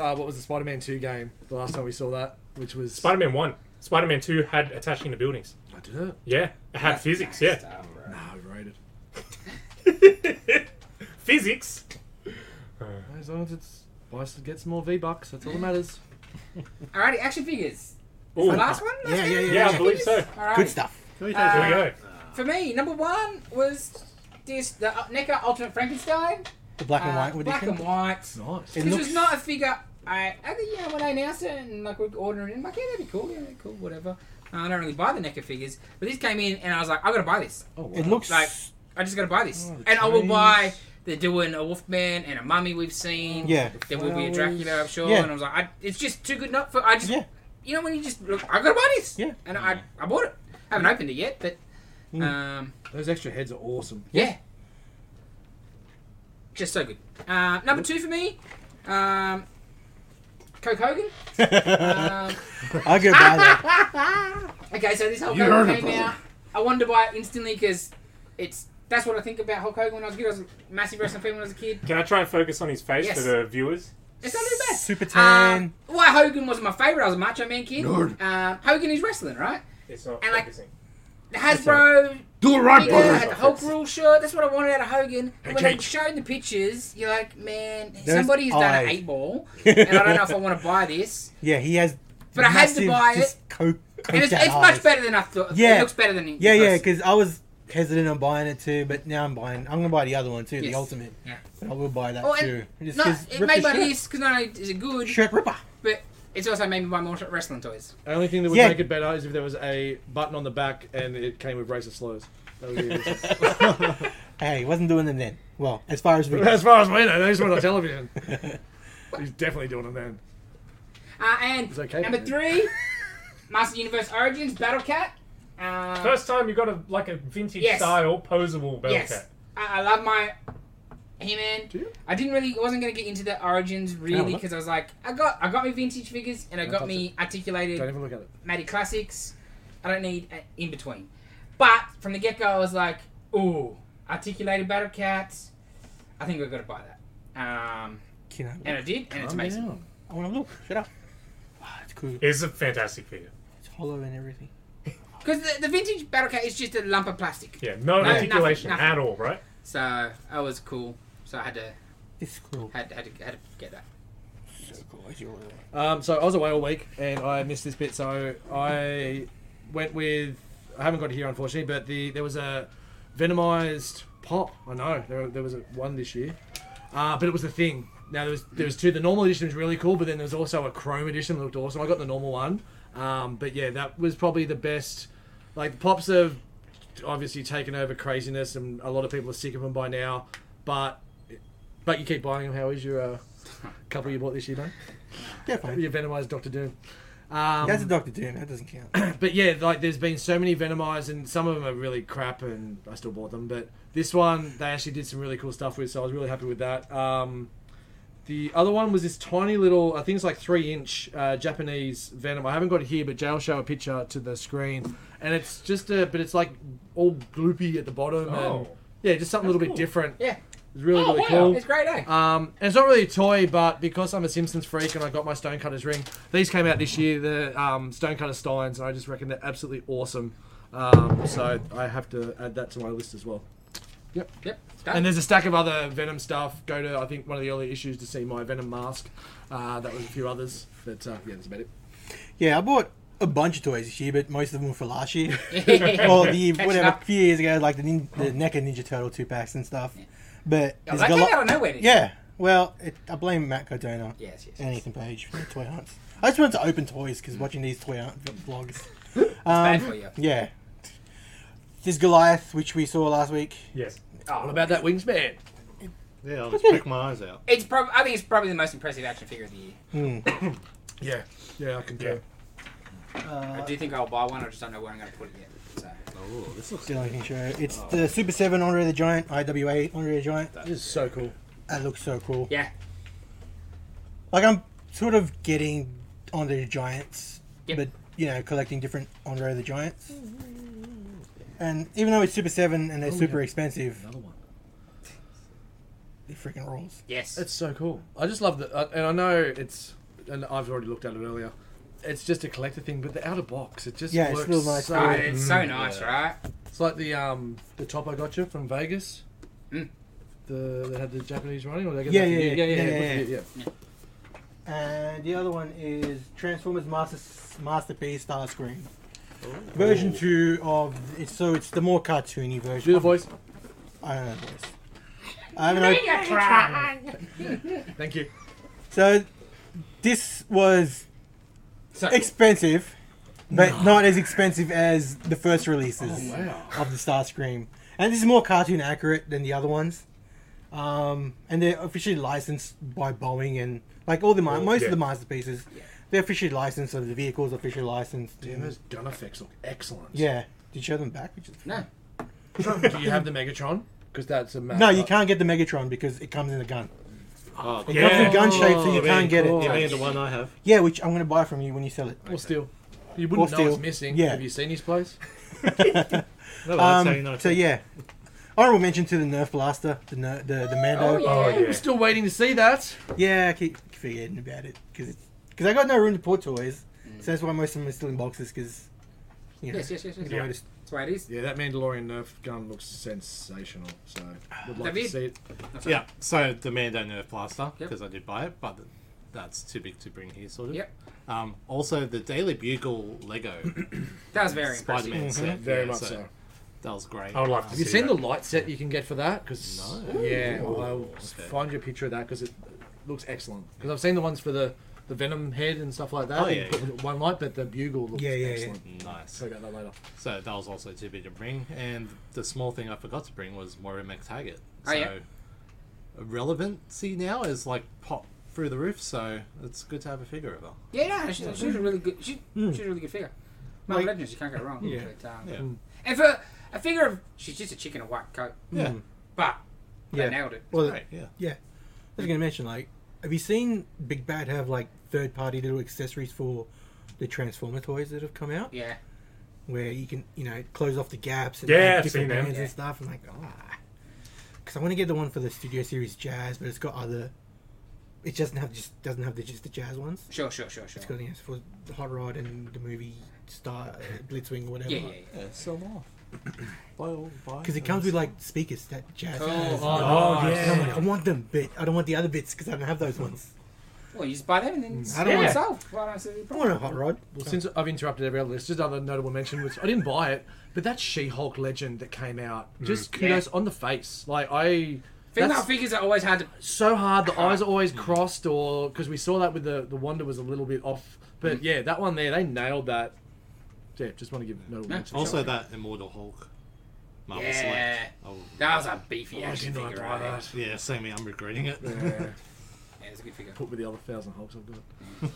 uh, what was the Spider Man 2 game? The last time we saw that, which was.
Spider Man 1. Spider Man 2 had attaching to buildings.
I did it.
Yeah. It had physics, yeah.
Stuff, right.
Nah, overrated.
physics?
As long as it's. Bryce gets more V Bucks, that's all that matters.
Alrighty, action figures.
Ooh.
The last one.
Yeah, yeah, yeah.
Yeah, I believe so.
Alright.
Good stuff.
Can we take
Uh,
Here we go.
For me, number one was this the NECA Ultimate Frankenstein.
The black and
Uh,
white
black
edition.
and white.
Nice.
It
This
looks-
was not a figure. I, I think, yeah, when I announced it and like we're ordering it, I'm like, yeah, that'd be cool, yeah, that'd be cool, whatever. Uh, I don't really buy the NECA figures, but this came in and I was like, I gotta buy this.
Oh, wow.
It looks
Like, I just gotta buy this.
Oh, the
and I will
trees.
buy, they're doing a Wolfman and a Mummy we've seen.
Yeah.
There will be a
Flowers.
Dracula, I'm sure.
Yeah.
And I was like, I, it's just too good not for, I just,
Yeah.
you know, when you just look, I gotta buy this.
Yeah. Mm.
And I, I bought it. I haven't opened it yet, but, um,
Those extra heads are awesome.
yeah. Just so good. Uh, number two for me, um, Coke Hogan. Um,
I'll go buy that.
okay, so this Hulk
You
Hogan
heard
came
it, bro.
out. I wanted to buy it instantly because it's that's what I think about Hulk Hogan when I was a kid. I was a massive wrestling fan when I was a kid.
Can I try and focus on his face
Yes.
for the viewers?
It's not too bad.
Super tan.
Um, why Hogan wasn't my favorite? I was a Macho Man kid.
Nerd.
Um, Hogan is wrestling, right?
It's not
And, like,
focusing.
The Hasbro
Do it right,
figure, I
brother.
had the Hulk Rule shirt. That's what I wanted out of Hogan.
Hey,
when they
Jake.
showed the pictures, you're like, man,
Those
somebody's done an
eyes.
eight ball, and I don't know if I want to buy this.
yeah, he has.
But I had to
massive,
buy
just Coke.
And it's, it's much better than I thought.
Yeah.
It looks better than
Yeah, yeah,
Impressive.
because I was hesitant on buying it too, but now I'm buying. I'm gonna buy the other one too,
Yes.
the ultimate.
Yeah.
I will buy that
Oh, and-
too. Just
No,
'cause
it
rip
made
the
my
shirt.
list because not only is it good,
Shirt ripper.
but it's also made me buy more wrestling toys.
The only thing that would
Yeah.
make it better is if there was a button on the back and it came with racist slurs. That would be awesome.
Hey, he wasn't doing them then. Well, as far as we
As far as we know, those went on television. He's definitely doing it then.
Uh, and
It's okay,
number
man.
three, Master Universe Origins Battle Cat. Um,
First time you got a like a vintage
Yes.
style posable Bellcat.
yes, I, I love my He-Man.
Do you?
I didn't really, I wasn't gonna get into the Origins really because I was like, I got, I got me vintage figures and I
Don't
got
touch
me
Don't
articulated
even look at it.
Matty classics. I don't need a in between. But from the get go, I was like, ooh, articulated Battle Cat. I think I gotta buy that. Um,
you know,
and I did, and it's
Calm
amazing.
down.
I want to look. Shut up. Wow, it's cool.
It's a fantastic figure.
It's hollow and everything.
Because the, the vintage battle cat is just a lump of plastic.
Yeah, no,
No,
articulation
nothing,
at
nothing.
all, right?
So that was cool. So I had to
It's cool.
had had to, had to get that.
So cool. It's your-
Um, so I was away all week and I missed this bit. So I went with. I haven't got it here unfortunately, but the there was a venomized pop. I know there, there was a, one this year, uh, but it was the thing. Now there was there was two. The normal edition was really cool, but then there was also a chrome edition that looked awesome. I got the normal one, um, but yeah, that was probably the best. Like the pops have obviously taken over craziness, and a lot of people are sick of them by now. But But you keep buying them. How is your uh, couple you bought this year, though?
Yeah, fine.
Your Venomized Doctor Doom. Um,
That's a Doctor Doom. That doesn't count.
but yeah, like there's been so many Venomized, and some of them are really crap, and I still bought them. But this one, they actually did some really cool stuff with, so I was really happy with that. Um, the other one was this tiny little, I think it's like three inch uh, Japanese Venom. I haven't got it here, but Jay'll show a picture to the screen, and it's just a, but it's like all gloopy at the bottom, and
Oh.
yeah, just something a little
cool.
bit different.
Yeah.
It's really
oh,
really
wow.
cool.
It's great, eh?
Um, and it's not really a toy, but because I'm a Simpsons freak and I got my Stonecutters ring, these came out this year, the um, Stonecutter Steins, and I just reckon they're absolutely awesome. Um, so I have to add that to my list as well.
yep. It's done.
And there's a stack of other Venom stuff. Go to, I think, one of the early issues to see my Venom mask. Uh, that was a few others. But uh, yeah, that's about it.
Yeah, I bought a bunch of toys this year, but most of them were for last year. or the
Catching
whatever
up.
few years ago, like the, nin- the NECA Ninja Turtle two packs and stuff. But
Oh,
there's
that
a
came
lot-
out of nowhere. didn't it?
yeah, well, it, I blame Matt Cardona
Yes, yes.
and Ethan Page for the toy hunts. I just wanted to open toys because watching these toy hunt vlogs. Um,
Bad for you.
Yeah, there's Goliath, which we saw last week.
Yes.
Oh,
All about that wingspan.
Yeah, I'll just pick my eyes out.
It's prob- I think it's probably the most impressive action figure of the year.
Hmm.
Yeah, yeah, I concur.
Yeah.
I
Uh,
do think I'll buy one. I just don't know where I'm going to put it yet. So.
Oh, this looks
Still looking sure. It's the Super Seven Andre the Giant, IWA Andre the Giant.
This is so cool.
That looks so cool.
Yeah.
Like I'm sort of getting Andre the Giants,
Yep.
but you know, collecting different Andre the Giants. And even though it's Super Seven and they're super expensive,
Another one.
it freaking rules.
Yes.
It's so cool. I just love that, uh, and I know it's, and I've already looked at it earlier. It's just a collector thing, but the outer box, it just
Yeah, it's
works
real nice.
so.
Oh, it's so nice,
Mm-hmm. yeah.
right?
It's like the um the top I got you from Vegas.
Mm.
The that had the Japanese running, or did I get
Yeah,
that
yeah,
from
yeah,
you? yeah,
yeah,
yeah,
yeah,
yeah,
And the other one is Transformers Master Masterpiece Starscream. Version two of it's so it's the more cartoony version.
Do the voice.
I don't know the voice. I haven't op-
Thank you.
so this was
So,
expensive, but not as expensive as the first releases.
Wow.
of the Starscream. And this is more cartoon accurate than the other ones. Um, and they're officially licensed by Boeing and like all the ma- most
yeah.
of the masterpieces, they're officially licensed. So the vehicles are officially licensed.
Damn, those gun effects look excellent.
yeah. Did you show them back? Which is-
no.
Do you have the Megatron? Because that's a ma-
No, you can't get the Megatron because it comes in a gun.
Oh,
It
Yeah.
comes in gun shape, so you
you
can't get
Oh, cool.
it.
You mean the one I have?
Yeah, which I'm gonna buy from you when you sell it.
Or steel. You wouldn't
Or
know it's
steel.
missing.
Yeah.
Have you seen his place?
No, that's how you know
Um,
it's
so
good.
yeah, honorable mention to the Nerf blaster, the ner- the the Mando.
Oh, yeah.
Oh,
I'm
yeah.
still waiting to see that.
Yeah, I keep forgetting about it because I got no room to put toys, so that's why most of them are still in boxes because you know,
Mm. Yes, yes, yes, yes.
there's no
Yeah.
way to-
That's why it is.
Yeah, that Mandalorian Nerf gun looks sensational. So would like to
David?
see it.
That's
Yeah, so the Mando Nerf Blaster,
Yep.
because I did buy it, but th- that's too big to bring here, sort of.
Yep.
Um, also, the Daily Bugle Lego
That was very
Spider
impressive.
Man set.
Mm-hmm. Very
yeah,
much so. Oh.
That was great.
I would love to
Have
see
you seen
that.
the light set you can get for that? Because
No.
yeah,
Ooh.
I'll
Okay.
find you a picture of that because it looks excellent. Because I've seen the ones for the, the Venom head and stuff like that.
Oh,
and
yeah,
put One light, but the bugle looks
Yeah, yeah, yeah.
excellent.
Nice.
So I got that later.
So that was also too big to bring. And the small thing I forgot to bring was Moira McTaggart.
Oh,
So
yeah.
relevancy now is like pop through the roof, so it's good to have a figure of her.
Yeah, no, she, she was a really good. She, She's a really good figure. Marvel
Like-
Legends, you can't go wrong.
Yeah.
But, um,
Yeah.
Mm.
And for a figure of, she's just a chick in a white coat,
Yeah.
Mm.
but
Yeah.
they nailed it.
Well,
Great, yeah.
yeah, I was gonna mention like, have you seen Big Bad have like third party little accessories for the Transformer toys that have come out,
Yeah.
where you can you know close off the gaps and
Yeah,
add
I've
different
seen them.
bands
Yeah.
and stuff? I'm like, ah, because I want to get the one for the Studio Series Jazz, but it's got other. It doesn't have just doesn't have the, just the jazz ones.
Sure, sure, sure, sure.
It's got you know, it's for the Hot Rod and the movie Star uh, Blitzwing or whatever.
Yeah, yeah, yeah.
Yeah, sell them off. Buy all, buy
Because it comes with like speakers that jazz
Oh,
has.
oh,
Oh,
nice.
And I'm
yeah.
like, I want them, but I don't want the other bits because I don't have those ones.
Well, you just buy them and then
I
sell
don't
it
want-
yourself. Why don't I sell it?
I want a Hot Rod.
Well, since I've interrupted every other list, just another notable mention, which I didn't buy it, but that She-Hulk legend that came out, just
Mm.
kudos on the face. Like I,
Female
that's-
figures are always hard to.
so hard. The eyes are always crossed, or because we saw that with the the wonder was a little bit off.
Mm.
But yeah, that one there, they nailed that. Yeah, just want to give notable mention.
Also, that Immortal Hulk Marvel
Yeah.
Select. Oh,
That was a beefy
Why
action
didn't Oh, I
figure.
buy
Right?
that?
yeah, same me. I'm regretting it.
Yeah.
Yeah, it's a good figure.
Put with the other thousand hulks I've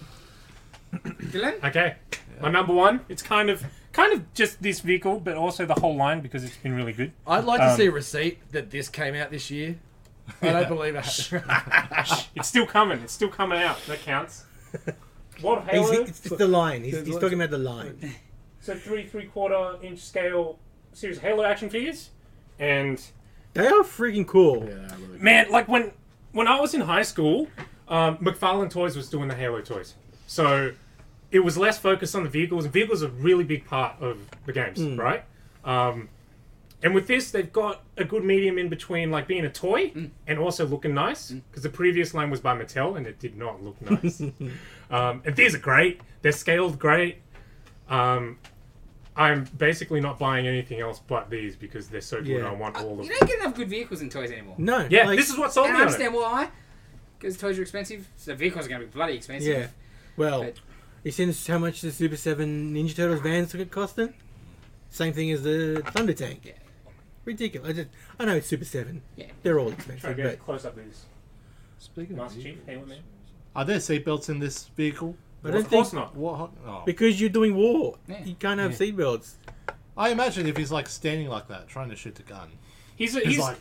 got.
Dylan,
Okay. My number one. It's kind of kind of just this vehicle, but also the whole line because it's been really good.
I'd like to
Um,
see a receipt that this came out this year. I don't believe it.
It's still coming. It's still coming out. That counts. What
He's,
Halo?
it's, it's the line. He's,
There's
he's
lots
talking
of-
about the line.
So three three quarter inch scale series of Halo action figures, and
They are freaking cool.
yeah, really.
man, like when when I was in high school, um, McFarlane Toys was doing the Halo toys, so it was less focused on the vehicles. And vehicles are a really big part of the games,
Hmm.
right? Um, and with this, they've got a good medium in between, like being a toy
Hmm.
and also looking nice, because the previous line was by Mattel and it did not look nice. um, and these are great; they're scaled great. Um, I'm basically not buying anything else but these because they're so good.
Yeah.
and I want all of
you
them.
don't get enough good vehicles in toys anymore.
No.
Yeah,
like-
this is what sold
And
me
I
on it.
understand why. Because toys are expensive, so vehicles are going to be bloody expensive.
Yeah. Well,
But-
you seen this- how much the Super 7 Ninja Turtles vans are costing? Same thing as the Thunder Tank.
Yeah.
Ridiculous. I, just, I know it's Super 7.
Yeah.
They're all
Try
expensive,
to
but,
get close up these.
Speaking
Master
of
Chief, Halo man.
Are there seatbelts in this vehicle?
but I
Of
don't
course
think
not.
What? Oh.
because you're doing war,
Yeah.
you can't have seatbelts.
I imagine if he's like standing like that, trying to shoot the gun,
He's a
he's,
he's,
like,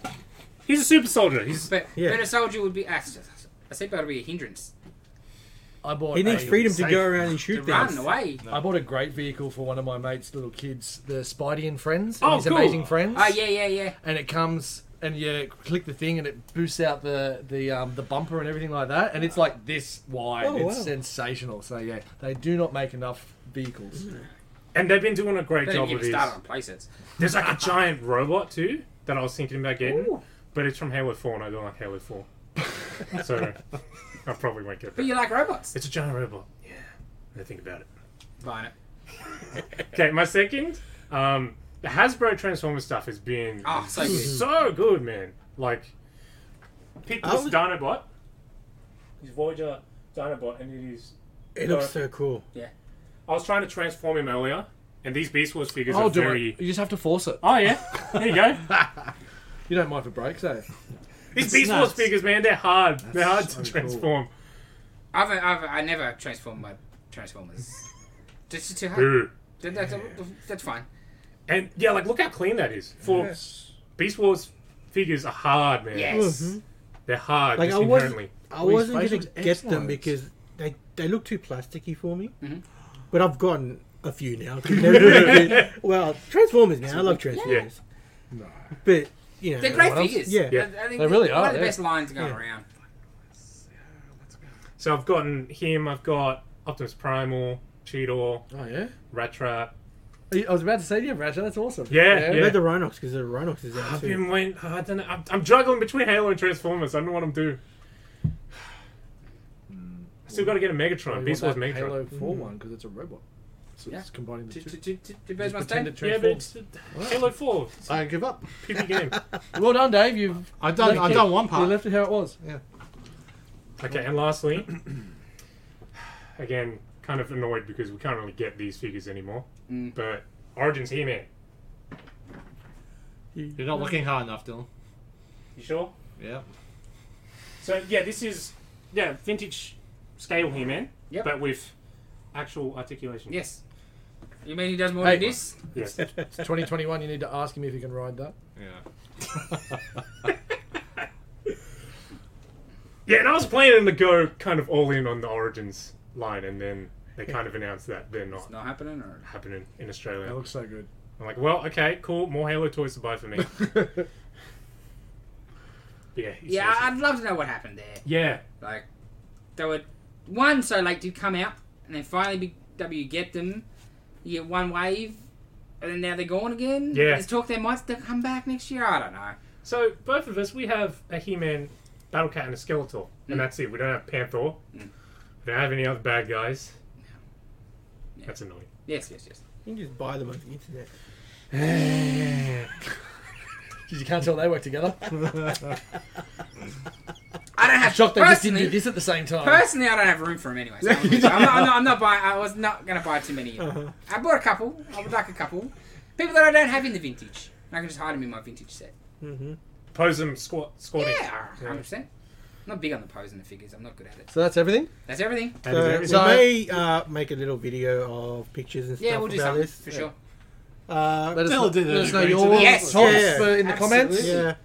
he's a super soldier. He's
But,
Yeah.
but a soldier would be. ah, A seatbelt would be a hindrance.
I bought
He needs
a-
freedom to
safe.
go around and shoot
To run
things.
away. Oh,
I bought a great vehicle for one of my mates' little kids, the Spidey and Friends, and
Oh,
his
cool.
amazing friends.
Oh, yeah, yeah, yeah.
And it comes and you click the thing and it boosts out the the um, the bumper and everything like that, and it's like this wide.
Oh,
it's
wow.
sensational. So yeah, they do not make enough vehicles.
and they've been doing a great
Don't
job
even get
with
me
these.
started on playsets.
There's like a giant robot too that I was thinking about getting, but it's from Halo Four, and I don't like Halo Four, so I probably won't get that.
But you like robots.
It's a giant robot. Yeah, I think about it.
Buying it.
Okay, my second, um, the Hasbro Transformer stuff has been
Oh, so good.
so good, man. Like, pick
I
this
was-
Dinobot, his Voyager Dinobot, and it is
It looks so cool.
I was trying to transform him earlier, and these Beast Wars figures
I'll
are
do
very.
it. You just have to force it.
Oh yeah, there you go.
You don't mind if it breaks, eh?
These Beast Wars
nuts.
figures, man, they're hard. they're hard
so
to transform.
I've, I've, I never transformed my Transformers. Just too hard.
Ooh.
That- that's, that's fine.
And yeah, like look how clean that is. For Beast Wars figures are hard, man.
Yes. Mm-hmm.
Mhm.
They're hard
Like,
just
I was-
inherently.
I
Well, his
wasn't
face
going
was
to get them
excellent.
because they, they look too plasticky for me.
Mm-hmm.
But I've gotten a few now. 'cause they're really good. Well, Transformers, man. I love Transformers. But, you know.
They're great
What else?
figures.
Yeah.
Yeah.
I- I think
They really
One
are,
of the
yeah.
best lines going
Yeah.
around.
So I've gotten him. I've got Optimus Primal, Cheetor,
Oh yeah.
Rat Trap.
I was about to say to you, Roger, that's awesome.
Yeah,
I
yeah.
read the Rhinox because the Rhinox is out
I've
too.
been waiting. I don't know. I'm, I'm juggling between Halo and Transformers. I don't know what I'm doing. I still got to get a Megatron.
You
Beast Wars
want
Megatron.
that Halo
Mm.
4 one because it's a robot. So
Yeah.
it's combining the
Two-
two.
two- two- two birds, one
Pretend
stone.
it
Yeah, but it's
transforms.
Halo 4. It's
I give up.
a PB game.
Well done, Dave. You've
I've done.
left
I've
it-
done one
You
part.
left it how it was.
Okay, and lastly, again, kind of annoyed because we can't really get these figures anymore.
Mm.
But Origins He Man.
You're not looking hard enough, Dylan.
You sure?
Yeah.
So, yeah, this is, yeah, vintage scale He Man,
Yep.
but with actual articulation.
Yes. You mean he does more
Hey.
than this?
Yes.
It's 2021. You need to ask him if he can ride that.
Yeah.
yeah, and I was planning to go kind of all in on the Origins line, and then they kind of announced that they're not
Not happening, or
happening in Australia.
That looks so good.
I'm like, well, okay, cool, more Halo toys to buy for me. But yeah. it's
yeah,
awesome.
I'd love to know what happened there.
yeah.
Like, they were one so late to come out, and then finally BW get them. You get one wave, and then now they're gone again.
Yeah.
There's talk they might still come back next year. I don't know.
So both of us, we have a He-Man, Battle Cat, and a Skeletor, and that's it. We don't have Panther. We don't have any other bad guys.
Yeah.
That's annoying.
Yes, yes, yes.
You can just buy them on the internet.
Because you can't tell they work together.
Uh-huh.
I don't have.
Shocked they just didn't
personally-
do this at the same time.
Personally, I don't have room for them anyway. So I'm, I'm, not, I'm, not, I'm not buying. I was
Uh-huh.
Uh-huh.
not going to buy too many. I bought a couple. I would like a couple. People that I don't have in the vintage. And I can just hide him in my vintage set.
Mm-hmm.
Pose them squat, squatting.
Yeah, 100%. I'm not big on the posing of figures. I'm not good at it.
So that's everything.
That's everything.
That is
So,
everything.
we may uh, make a little video of pictures and stuff
Yeah, we'll do
about
something
this.
for sure.
Uh,
Let us,
Phil
know,
did
let
it,
us know
agreed to
your
that.
Yes,
thoughts
yes,
for- in the
absolutely.
yeah,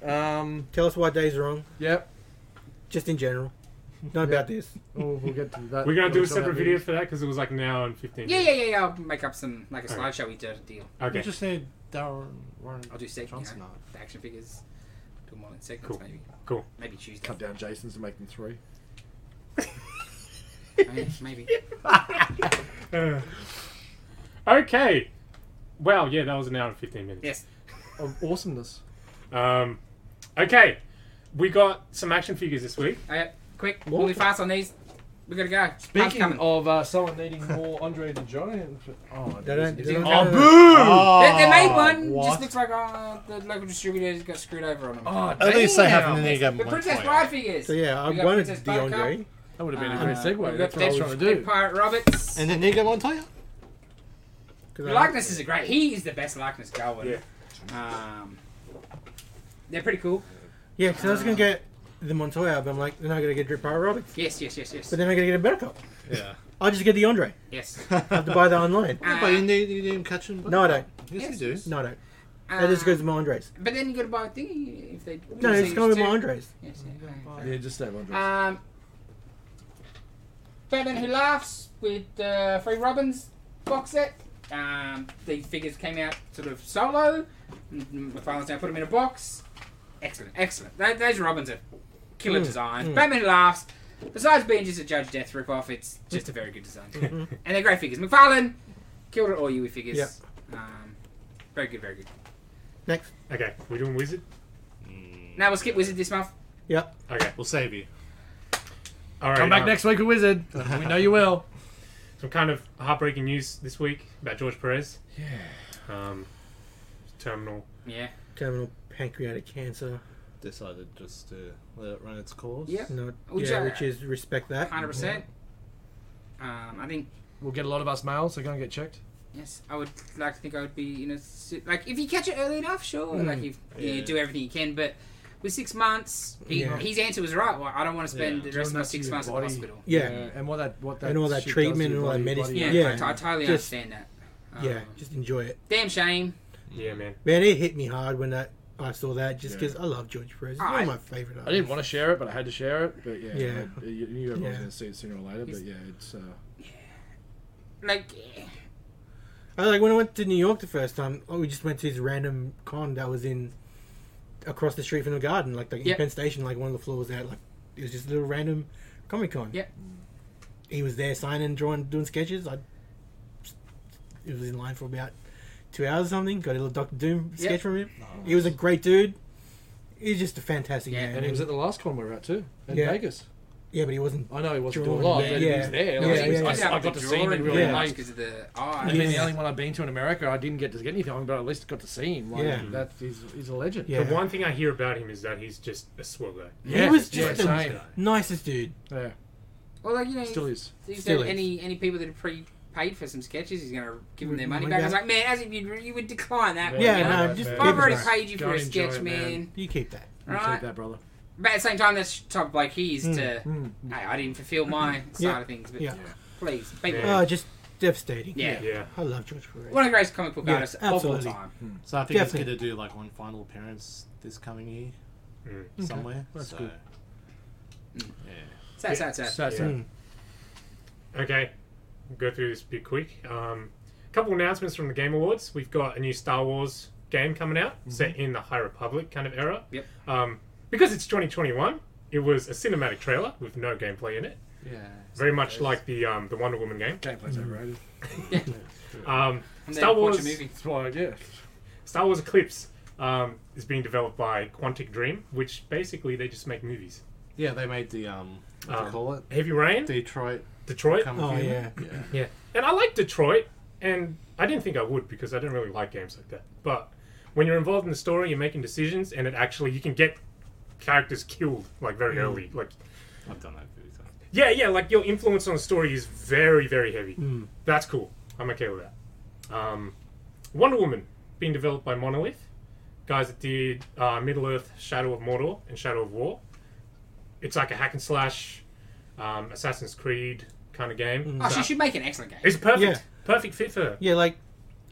comments. Um,
tell us why Dave's wrong,
yep.
just in general, not about this.
We'll, Oh, we'll get to that.
We're gonna do
We'll
a
talk
separate
about that
video for that because it was like an hour and fifteen.
Yeah, yeah, yeah, yeah. I'll make up some, like a
Okay.
slideshow we did a deal.
Okay.
We just need Darren Warren
I'll do sec-
Johnson.
yeah. The action figures. Do them all in segments,
Cool.
maybe.
Cool.
Maybe Tuesday.
Cut down Jason's and make them three.
I mean, Oh, maybe.
Uh, okay. Wow. Yeah, that was an hour and fifteen minutes.
Yes.
Of awesomeness.
Um, okay. We got some action figures this week.
All right, Oh, quick. Really fast on these. We gotta go. Time's
Speaking
coming.
of uh, someone needing more Andre the Giant. Oh,
They don't-
is
they
it-
don't
oh,
have-
boo!
they, they made one.
Oh, Ah, What?
Just looks like uh, the local distributors got screwed over on them.
Oh,
At least they
damn.
have an Inigo
the
one
Princess
player.
Bride figures.
So yeah, I
We got
wanted
Princess Buttercup.
DeAndre.
That would have been a
Uh,
great segue.
We've
That's
got
what I was
Deadshot
trying to do.
and Pirate Roberts.
An Inigo one player?
Cause
The likenesses are great. He is the best likeness going.
Yeah.
Um, they're pretty cool.
Yeah, because I was gonna get the Montoya album. Like, then I gotta get Drip Pirate Roberts,
Yes, yes, yes, yes.
but then I gotta get a better cup.
Yeah.
I'll just get the Andre.
Yes.
I have to buy that online.
Yeah, but you need you didn't catch him.
No, I don't.
Yes,
Yes.
you do.
No, I don't.
Uh,
That just goes with my Andres.
But then you gotta buy a thingy if they.
No, it's going with my Andres.
Yes, yeah.
Yeah, just that one. dress.
Um, Batman Who Laughs with uh, Free Robbins box set. Um, these figures came out sort of solo. Mm, McFarlane's now put them in a box. Excellent, excellent. Tho- those Robbins are killer
Mm,
designs.
mm.
Batman Who Laughs, besides being just a Judge Death ripoff, it's just a very good design.
Mm-hmm.
and they're great figures. McFarlane killed it all you with figures.
Yep.
Um, very good, very good.
Next.
Okay. We doing wizard?
Now we'll skip Wizard this month.
Yep.
Okay.
We'll save you.
All right.
Come back
um,
next week with Wizard. we know you will.
Some kind of heartbreaking news this week about George Perez.
Yeah.
Um, terminal.
Yeah.
Terminal pancreatic cancer.
Decided just to let it run its course.
Yep.
Not,
Which
yeah,
I-
which is respect that.
100%. Um, I think
We'll get a lot of us males, so go and get checked.
Yes, I would like to think I would be in a si- like if you catch it early enough, sure.
Hmm,
Like if you
Yeah.
do everything you can, but with six months, he,
Yeah.
his answer was right. Well, I don't want to spend
Yeah.
the rest of my
Doing that to
six
your
months in
body.
hospital.
Yeah.
and what that what that
And all that
shit does
treatment
to your
and all that
body-
medicine.
body-
Yeah,
Yeah.
I, t- I totally
Just-
understand that. Um,
Yeah, just enjoy it.
damn shame.
Yeah, man.
Man, it hit me hard when that I saw that just because I love George Perez. He's one
I-
of my favorite artists.
I didn't want to share it, but I had to share it. But yeah,
Yeah.
I, you knew everyone was
Yeah.
going to see it sooner or later. But
He's-
yeah, it's uh,
Like, eh,
I like when I went to New York the first time. oh, We just went to this random con that was in across the street from the garden, like, like
Yeah.
in Penn Station. Like one of the floors out. Like it was just a little random comic con.
Yeah.
He was there signing, drawing, doing sketches. I it was in line for about two hours or something. Got a little Doctor Doom
Yeah.
sketch from him. He was a great dude. He's just a fantastic
Yeah,
man.
and he was at the last con we were at too in
Yeah.
Vegas.
yeah, but he wasn't.
I know he wasn't
Drawing
doing live,
there.
but he
Yeah.
was there.
Yeah,
Like, he was-
yeah,
I,
yeah.
I got to see him really
Yeah.
late.
because of the eye.
I mean, the
Yeah.
only one I've been to in America, I didn't get to get anything, but at least got to see him. Like,
Yeah.
that he's, he's a legend.
Yeah.
The one thing I hear about him is that he's just a swell guy.
He was
yeah,
just the
same.
nicest dude.
Yeah,
Well, like you know,
still is.
He
Still
said
is.
any any people that are pre-paid for some sketches, he's going to give them their
Wouldn't
money
mind
back. I
that.
was like, man, as if you you would decline that.
Mm, Yeah,
you know?
no,
right,
just
man.
keep
I've
it
already
nice.
paid you
Go
for a
and enjoy
sketch,
it,
man.
man.
You keep that.
You
Right.
keep that, brother.
But at the same time, that's type of like he is to.
Mm.
Hey, I didn't fulfil my side
Yeah.
of things, but
Yeah.
please, people.
Yeah.
Oh, just devastating.
Yeah.
Yeah.
I love George Perez.
One of the greatest comic book
Yeah,
artists of
absolutely.
all time.
So I think he's
Definitely.
going to do like one final appearance this coming year
Mm.
somewhere.
That's
so,
good.
Yeah.
Sad, sad, sad.
Mm.
So, so-
Yeah. Okay, we'll go through this a bit quick. Um, a couple announcements from the Game Awards. We've got a new Star Wars game coming out, set in the High Republic kind of era.
Yep.
Um, because it's 2021, it was a cinematic trailer with no gameplay in it.
Yeah.
Very much like the um, the Wonder Woman game.
Gameplay's
Mm.
overrated.
Um,
And
Star
then watch
Wars
a movie.
That's why, yeah.
Star Wars Eclipse um, is being developed by Quantic Dream, which basically they just make movies.
Yeah, they made the um, what do
Um,
you call it?
Heavy Rain,
Detroit.
Detroit.
Become
Oh
Human.
yeah.
Yeah.
Yeah, and I like Detroit, and I didn't think I would because I don't really like games like that. But when you're involved in the story, you're making decisions, and it actually you can get characters killed like very early. Like,
I've done that a few times.
yeah, yeah, like your influence on the story is very, very heavy.
Hmm.
That's cool. I'm okay with that. Um, Wonder Woman being developed by Monolith, guys that did uh, Middle Earth: Shadow of Mordor and Shadow of War. It's like a hack and slash, um, Assassin's Creed kind of game.
Hmm.
Oh,
So-
she should make an excellent game.
it's perfect,
Yeah.
perfect fit for her.
Yeah, like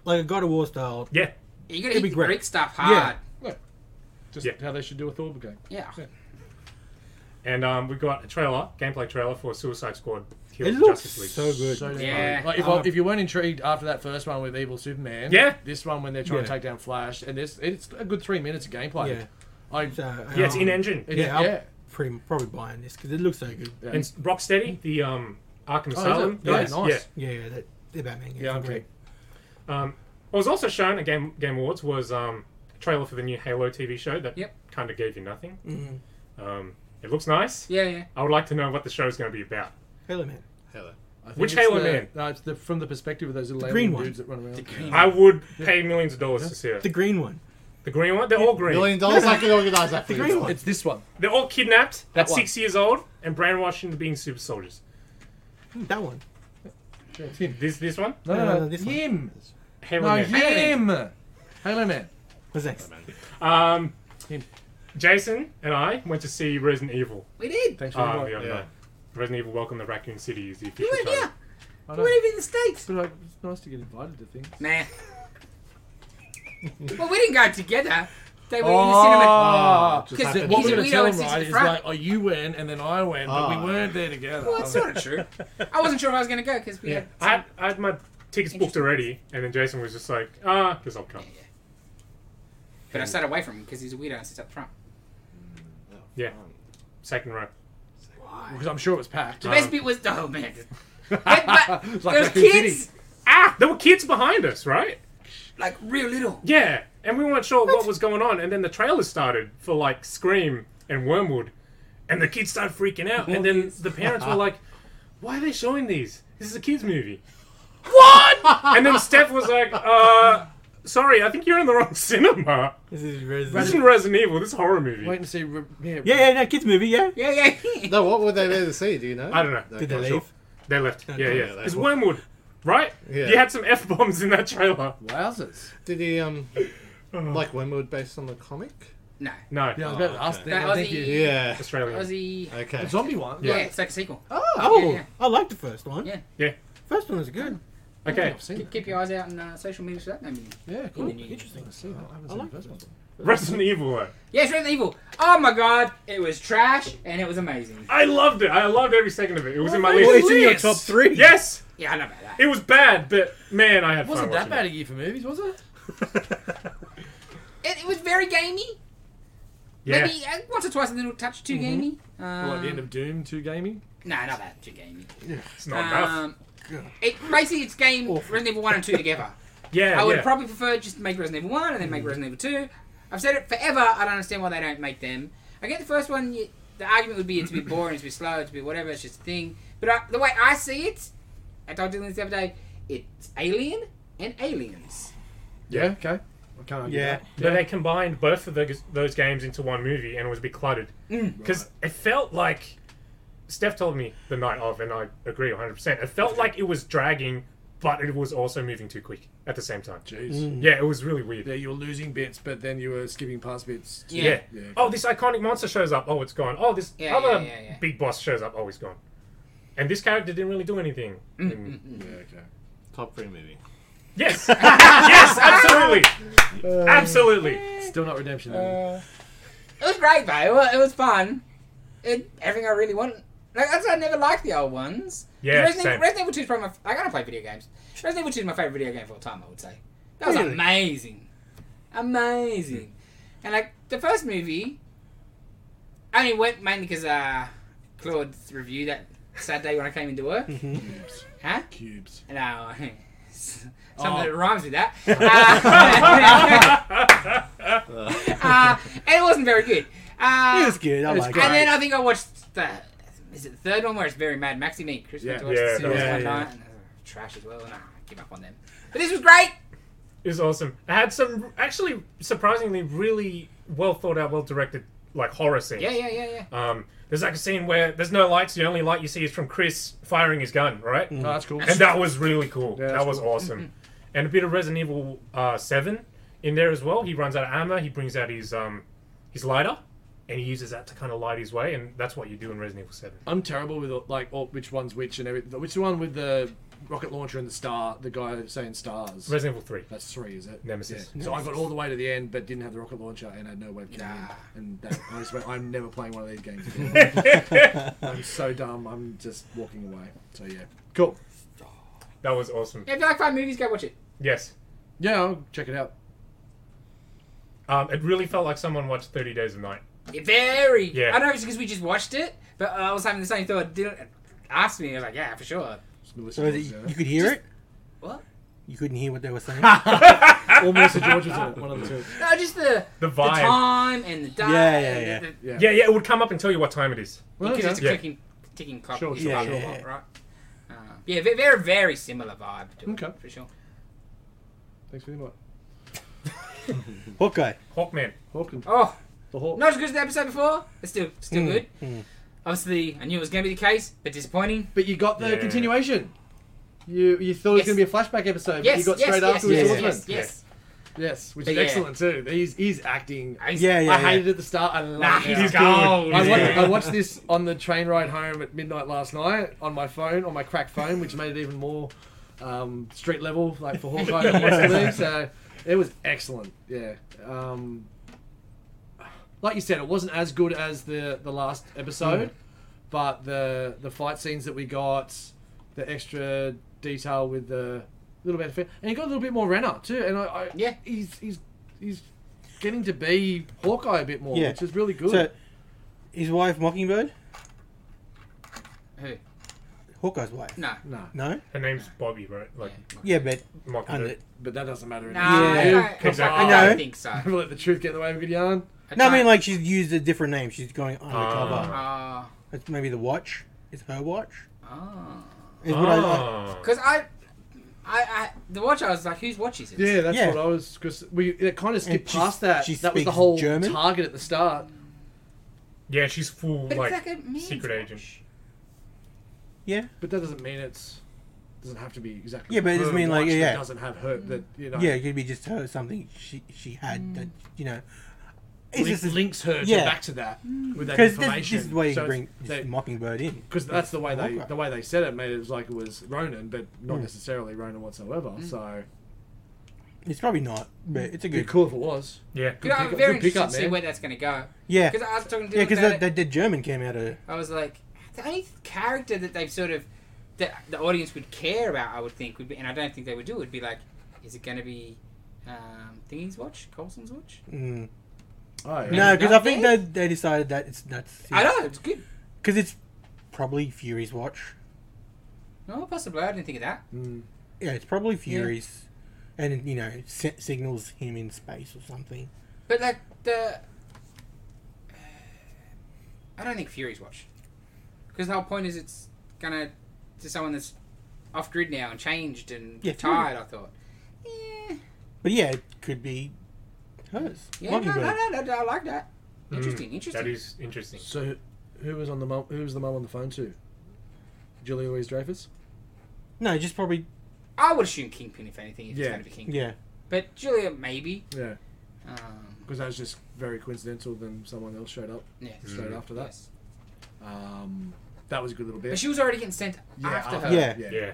like a God of War style.
Yeah,
You gotta
It'd
hit
be
the
great.
Greek stuff hard.
Just
Yeah.
how they should do a Thorberg game.
Yeah.
Yeah.
and um, we got a trailer, gameplay trailer for Suicide Squad. Kill
It looks
Justice League.
so good.
So
Yeah.
Like, if, I- if you weren't intrigued after that first one with Evil Superman,
Yeah.
this one when they're trying to
Yeah.
take down Flash, and this it's a good three minutes of gameplay.
Yeah.
I,
So,
yeah, it's
um,
in engine.
it-
Yeah,
yeah,
I'll- Pretty probably buying this because it looks so good.
yeah.
And Rocksteady, the um, Arkham
Oh, is
Asylum.
it? Yeah,
guys,
nice.
yeah.
Yeah, yeah that the Batman game.
Yeah,
it's
okay.
great.
What was also shown at Game Game Awards was um, a trailer for the new Halo TV show that
Yep.
kind of gave you nothing. Um, it looks nice.
Yeah, yeah.
I would like to know what the show's going to be about.
Halo Man.
Hello.
I think
Which
it's
Halo
the-
Man?
No, it's the, from the perspective of those little
green
alien
one.
dudes that run around.
Mm.
I would pay millions of dollars to see it.
The
The,
green one.
green one? They're all green.
Million dollars, I can organize that for
green
you.
one.
It's this one.
They're all kidnapped
That
at six years old and brainwashed into being super soldiers.
Hmm, That one.
Yeah, it's him.
This this one?
No, no,
no,
no,
no, this one.
him.
Halo
No,
Man.
him. Halo Man.
What's next?
Um,
Him.
Jason and I went to see Resident Evil.
We did.
Thanks for
Um,
the
the
invite.
other
Yeah.
night. Resident Evil Welcome to Raccoon City is the
You
official
went
title.
here.
I
You
know.
went even in the States.
But like, it's nice to get invited to things.
Nah. well, we didn't go together. They were in the cinema.
Oh,
Ah, just
'Cause
happened.
what
He's
we're
a
going to
weirdo
tell
and
him,
sits at
right,
the
is
front.
like, oh, you went and then I went, but we
Ah.
weren't there together.
Well, that's sort of true. I wasn't sure if I was going to go because we
Yeah,
had.
I had, I had my tickets booked
Interesting.
already, and then Jason was just like, ah, because I'll come.
But I sat away from him because he's a weirdo and sits up front.
Yeah, second row.
Because I'm sure it was packed.
The best bit was oh man,
but,
but there was kids,
Ah, there were kids behind us, right?
like real little.
Yeah, and we weren't sure what? was going on, and then the trailer started for like Scream and Wormwood, and the kids started freaking out, and then the parents were like, "Why are they showing these? This is a kids movie." What? and then Steph was like, "Uh, sorry, I think you're in the wrong cinema.
This is
This
Resident.
isn't Resident Evil. This is a horror movie."
Wait and see. re- Uh, Yeah,
Yeah, yeah, no kids movie. Yeah.
Yeah, yeah.
No, what were they there to see? Do you know?
I don't know.
No,
Did they
not
leave?
sure.
They left. Yeah,
Okay.
yeah.
Yeah, they
It's
were.
Wormwood, right?
Yeah.
You had some f bombs in that trailer.
Wowzers.
Did he um like Wormwood based on the comic?
no,
No,
Yeah, I was about to ask
okay.
that.
That
Thank
was
you.
the-
Yeah.
Australia.
Aussie.
Okay.
A zombie one?
Yeah, it's like a sequel.
Oh,
Yeah, yeah.
I like the first one.
Yeah.
Yeah.
First one was good.
Okay.
I've seen it.
Keep your eyes out on uh, social media for that. No,
Yeah, cool.
the news.
Interesting. I've seen that. I haven't
I
seen
like
the first one.
Resident Evil. Though.
yes, Resident Evil. Oh my god, it was trash and it was amazing.
I loved it. I loved every second of it. It was in my
Well,
list.
it's in your top
three.
Yes,
Yeah, I know about that.
it was bad, but man, I had
It
fun.
wasn't that
watching
bad a year for movies, was it?
It, it was very gamey.
It. Yeah.
Maybe uh, once or twice a little touch too gamey. Um,
Mm-hmm. Well, at the end of Doom 2 gaming?
no, not that too gamey.
It's not enough.
Um, it basically it's game Resident Evil One and Two together.
Yeah,
I would
yeah.
probably prefer just to make Resident Evil 1 and then make Resident Evil 2. I've said it forever, I don't understand why they don't make them. I get the first one, you, the argument would be it's a bit boring, it's a bit slow, it's a bit whatever, it's just a thing. But I, the way I see it, I told Dylan this the other day, it's Alien and Aliens.
Yeah, okay. I can't argue
Yeah.
that.
but they combined both of those, those games into one movie, and it was a bit cluttered because it felt like. Steph told me the night of, and I agree 100%. It felt like it was dragging, but it was also moving too quick at the same time.
Jeez.
Yeah, it was really weird.
Yeah, you were losing bits, but then you were skipping past bits.
Yeah.
Yeah.
Yeah, okay.
Oh, this iconic monster shows up. Oh, it's gone. Oh, this
Yeah,
other
yeah, yeah, yeah.
big boss shows up. Oh, he's gone. And this character didn't really do anything. And-
Yeah, okay.
Top three movie.
yes. yes, absolutely. absolutely.
Still not redemption. then.
It was great, though. It was, it was fun. It, everything I really want. Like, that's why I never liked the old ones.
Yeah,
Resident,
same.
Resident Evil 2 is probably my. I gotta play video games. Resident Evil 2 is my favorite video game of all time, I would say. That was
Really?
amazing. Amazing. And, like, the first movie, I only went mainly because uh, Claude's review that Saturday when I came into work. huh?
Cubes.
No. Something
Oh.
that rhymes with that. Uh, uh, and it wasn't very good. Uh,
It was good. I
It was
like
great.
it.
and then uh, I think I watched the is it the third one where it's very Mad Maxi me. Chris went
Yeah.
to watch
Yeah,
the series
yeah,
one
yeah.
night and they were trash as well. Nah, give up on them. But this was great.
It was awesome. I had some actually surprisingly really well thought out, well directed like horror scenes.
Yeah, yeah, yeah, yeah.
Um, there's like a scene where there's no lights. The only light you see is from Chris firing his gun, right?
Oh, that's cool.
And that was really cool.
Yeah,
that
that's
was awesome. And a bit of Resident Evil uh, 7 in there as well. He runs out of ammo. He brings out his um, his lighter, and he uses that to kind of light his way. And that's what you do in Resident Evil Seven.
I'm terrible with like all, which one's which and everything. Which one with the rocket launcher and the star? The guy saying stars.
Resident Evil Three.
That's three, is it?
Nemesis.
Yeah. So I got all the way to the end, but didn't have the rocket launcher, and had no way of getting in.
Nah.
And that, I just went, I'm never playing one of these games again. I'm so dumb. I'm just walking away. So yeah, cool.
That was awesome.
Yeah, if you like fun movies, go watch it.
Yes.
Yeah, I'll check it out.
Um, it really felt like someone watched Thirty Days of Night.
Yeah, very.
Yeah.
I don't know if it's because we just watched it, but I was having the same thought. Didn't ask me. I was like, yeah, for sure.
Just Melissa
So is
George,
it,
yeah.
you could hear it?
What?
You couldn't hear what they were saying?
Or Melissa George was in it, one of the two.
No, just the
The
the
vibe.
time and the dark.
Yeah, yeah, yeah.
Yeah.
Yeah, yeah. It would come up and tell you what time it is.
Well,
because
okay.
it's a
Yeah.
clicking, ticking clock.
Sure,
it's
sure,
a
sure.
clock, Right. Uh, yeah, ve- very, very similar vibe to
Okay.
it, for sure.
Thanks very much.
Hawkeye.
Hawkman.
Hawking.
Oh,
The Hawk.
not as good as the episode before. It's still, still good.
mm.
Obviously, I knew it was going to be the case, but disappointing.
But you got the
Yeah.
continuation. You you thought it was
Yes.
going to be a flashback episode, but
Yes,
you got
yes,
straight
yes,
after
yes,
with
yes,
Swordsman.
yes, yes.
Yes, which
But
is
yeah.
excellent too. He's he's acting.
I-
Yeah, yeah.
I
yeah.
hated it at the start. I love
Nah,
it. now.
he's
He's
gold.
good.
I
Yeah.
watched,
uh,
I watched this on the train ride home at midnight last night on my phone, on my crack phone, which made it even more um, street level, like for Hawkeye and Watson League. So it was excellent. Yeah. Um, like you said, it wasn't as good as the the last episode, but the the fight scenes that we got, the extra detail with the little bit of fa- and he got a little bit more Renner too, and I, I
Yeah.
he's he's he's getting to be Hawkeye a bit more,
Yeah.
which is really good.
So, his wife, Mockingbird?
Who?
Hawkeye's wife.
No.
no,
No?
Her name's Bobby, right? Like
Yeah, but
Mockingbird.
under.
but that doesn't matter.
No,
anymore.
Yeah.
I don't-
Exactly.
I
I know.
don't think so.
Never let the truth get in the way of a good yarn.
No, I mean,
don't-
like, she's used a different name. She's going undercover.
Ah,
It's maybe the watch. It's her watch.
ah.
Is what I,
Ah.
Because I, I, I, the watch. I was like, whose watch is it?
Yeah, that's
Yeah.
what I was because we it kind
And
of skipped
she-
past that.
she
that was the
speaks
whole
German?
target at the start.
Yeah, she's full
But
like
it's like a man's
secret
watch.
agent.
yeah.
But that doesn't mean it's doesn't have to be exactly.
Yeah, but it doesn't
her
mean, like,
watch that
yeah.
doesn't have her that you know.
Yeah, it could be just her something she she had
Mm.
that you know. It's
link-
just a-
links her to
yeah. Mm.
back to that with that
'cause this-
information.
This, is the way you
So
bring
it's-
this
they-
Mockingbird in.
because that's the way they
Okay.
the way they said it made it was like it was Ronan, but not
Mm.
necessarily Ronan whatsoever. So
It's probably not, but Mm. it's a
it'd be
good.
cool if it was.
Yeah.
Good, I'm
pick-
very
good pick
interested
up,
to see
man.
where that's going to go.
Yeah,
Because I was talking to
yeah,
him
because
about
that,
it.
that, that German came out of.
I was like, the only character that they've sort of that the audience would care about, I would think, would be, and I don't think they would do, it, would be like, is it going to be um, Thingy's watch, Colson's watch?
Mm.
Oh, yeah.
No, because I
not
think
there?
that they decided that it's that's
I don't know. It's good.
because it's probably Fury's watch.
No, possibly. I didn't think of that.
Mm.
Yeah, it's probably Fury's, and you know it si- signals him in space or something.
But like the, uh, I don't think Fury's watch, because the whole point is it's gonna to someone that's off grid now and changed and
Yeah, Fury.
tired. I thought. Yeah,
But yeah, it could be hers.
yeah, no,
Mockingbird.
no, no, no, I like that.
Mm,
Interesting, interesting.
That is interesting.
So who- who was on the mum? Who was the mum on the phone to? Julie Louise Dreyfus.
No, just probably
I would assume Kingpin if anything. If it's
Yeah.
gonna be Kingpin,
yeah.
but Julia maybe.
Yeah,
Um,
because that was just very coincidental. Then someone else showed up
yeah.
straight after that.
Mm. Yes.
Um, that was a good little bit.
But she was already getting sent
yeah,
after her.
after-
Yeah.
yeah,
Yeah.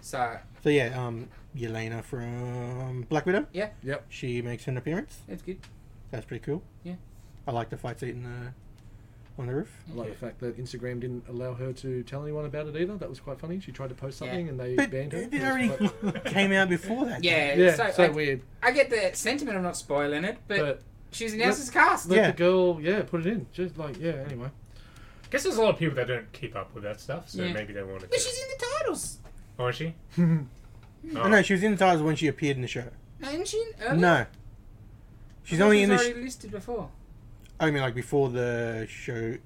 So
So yeah, um, Yelena from Black Widow.
Yeah.
Yep.
She makes an appearance.
that's good.
That's pretty cool.
Yeah.
I like the fight scene in the on the roof.
I like the fact that Instagram didn't allow her to tell anyone about it either. That was quite funny. She tried to post
Yeah.
something and they
But
banned her.
it
It was
already
quite-
came out before that.
Yeah,
yeah,
so,
so,
I,
weird.
I get the sentiment of not spoiling it, but,
But
she's announced as cast.
let
Yeah.
the girl, yeah, put it in. Just like, yeah. Anyway,
Guess there's a lot of people that don't keep up with that stuff, so
Yeah.
maybe they wanted
But
to.
she's in the titles.
Oh, is she?
Oh, no, she was in the titles when she appeared in the show.
Isn't she? Earlier?
No.
I
She's
thought
only
she
in the.
was
Sh-
already listed before.
I mean, like before the show.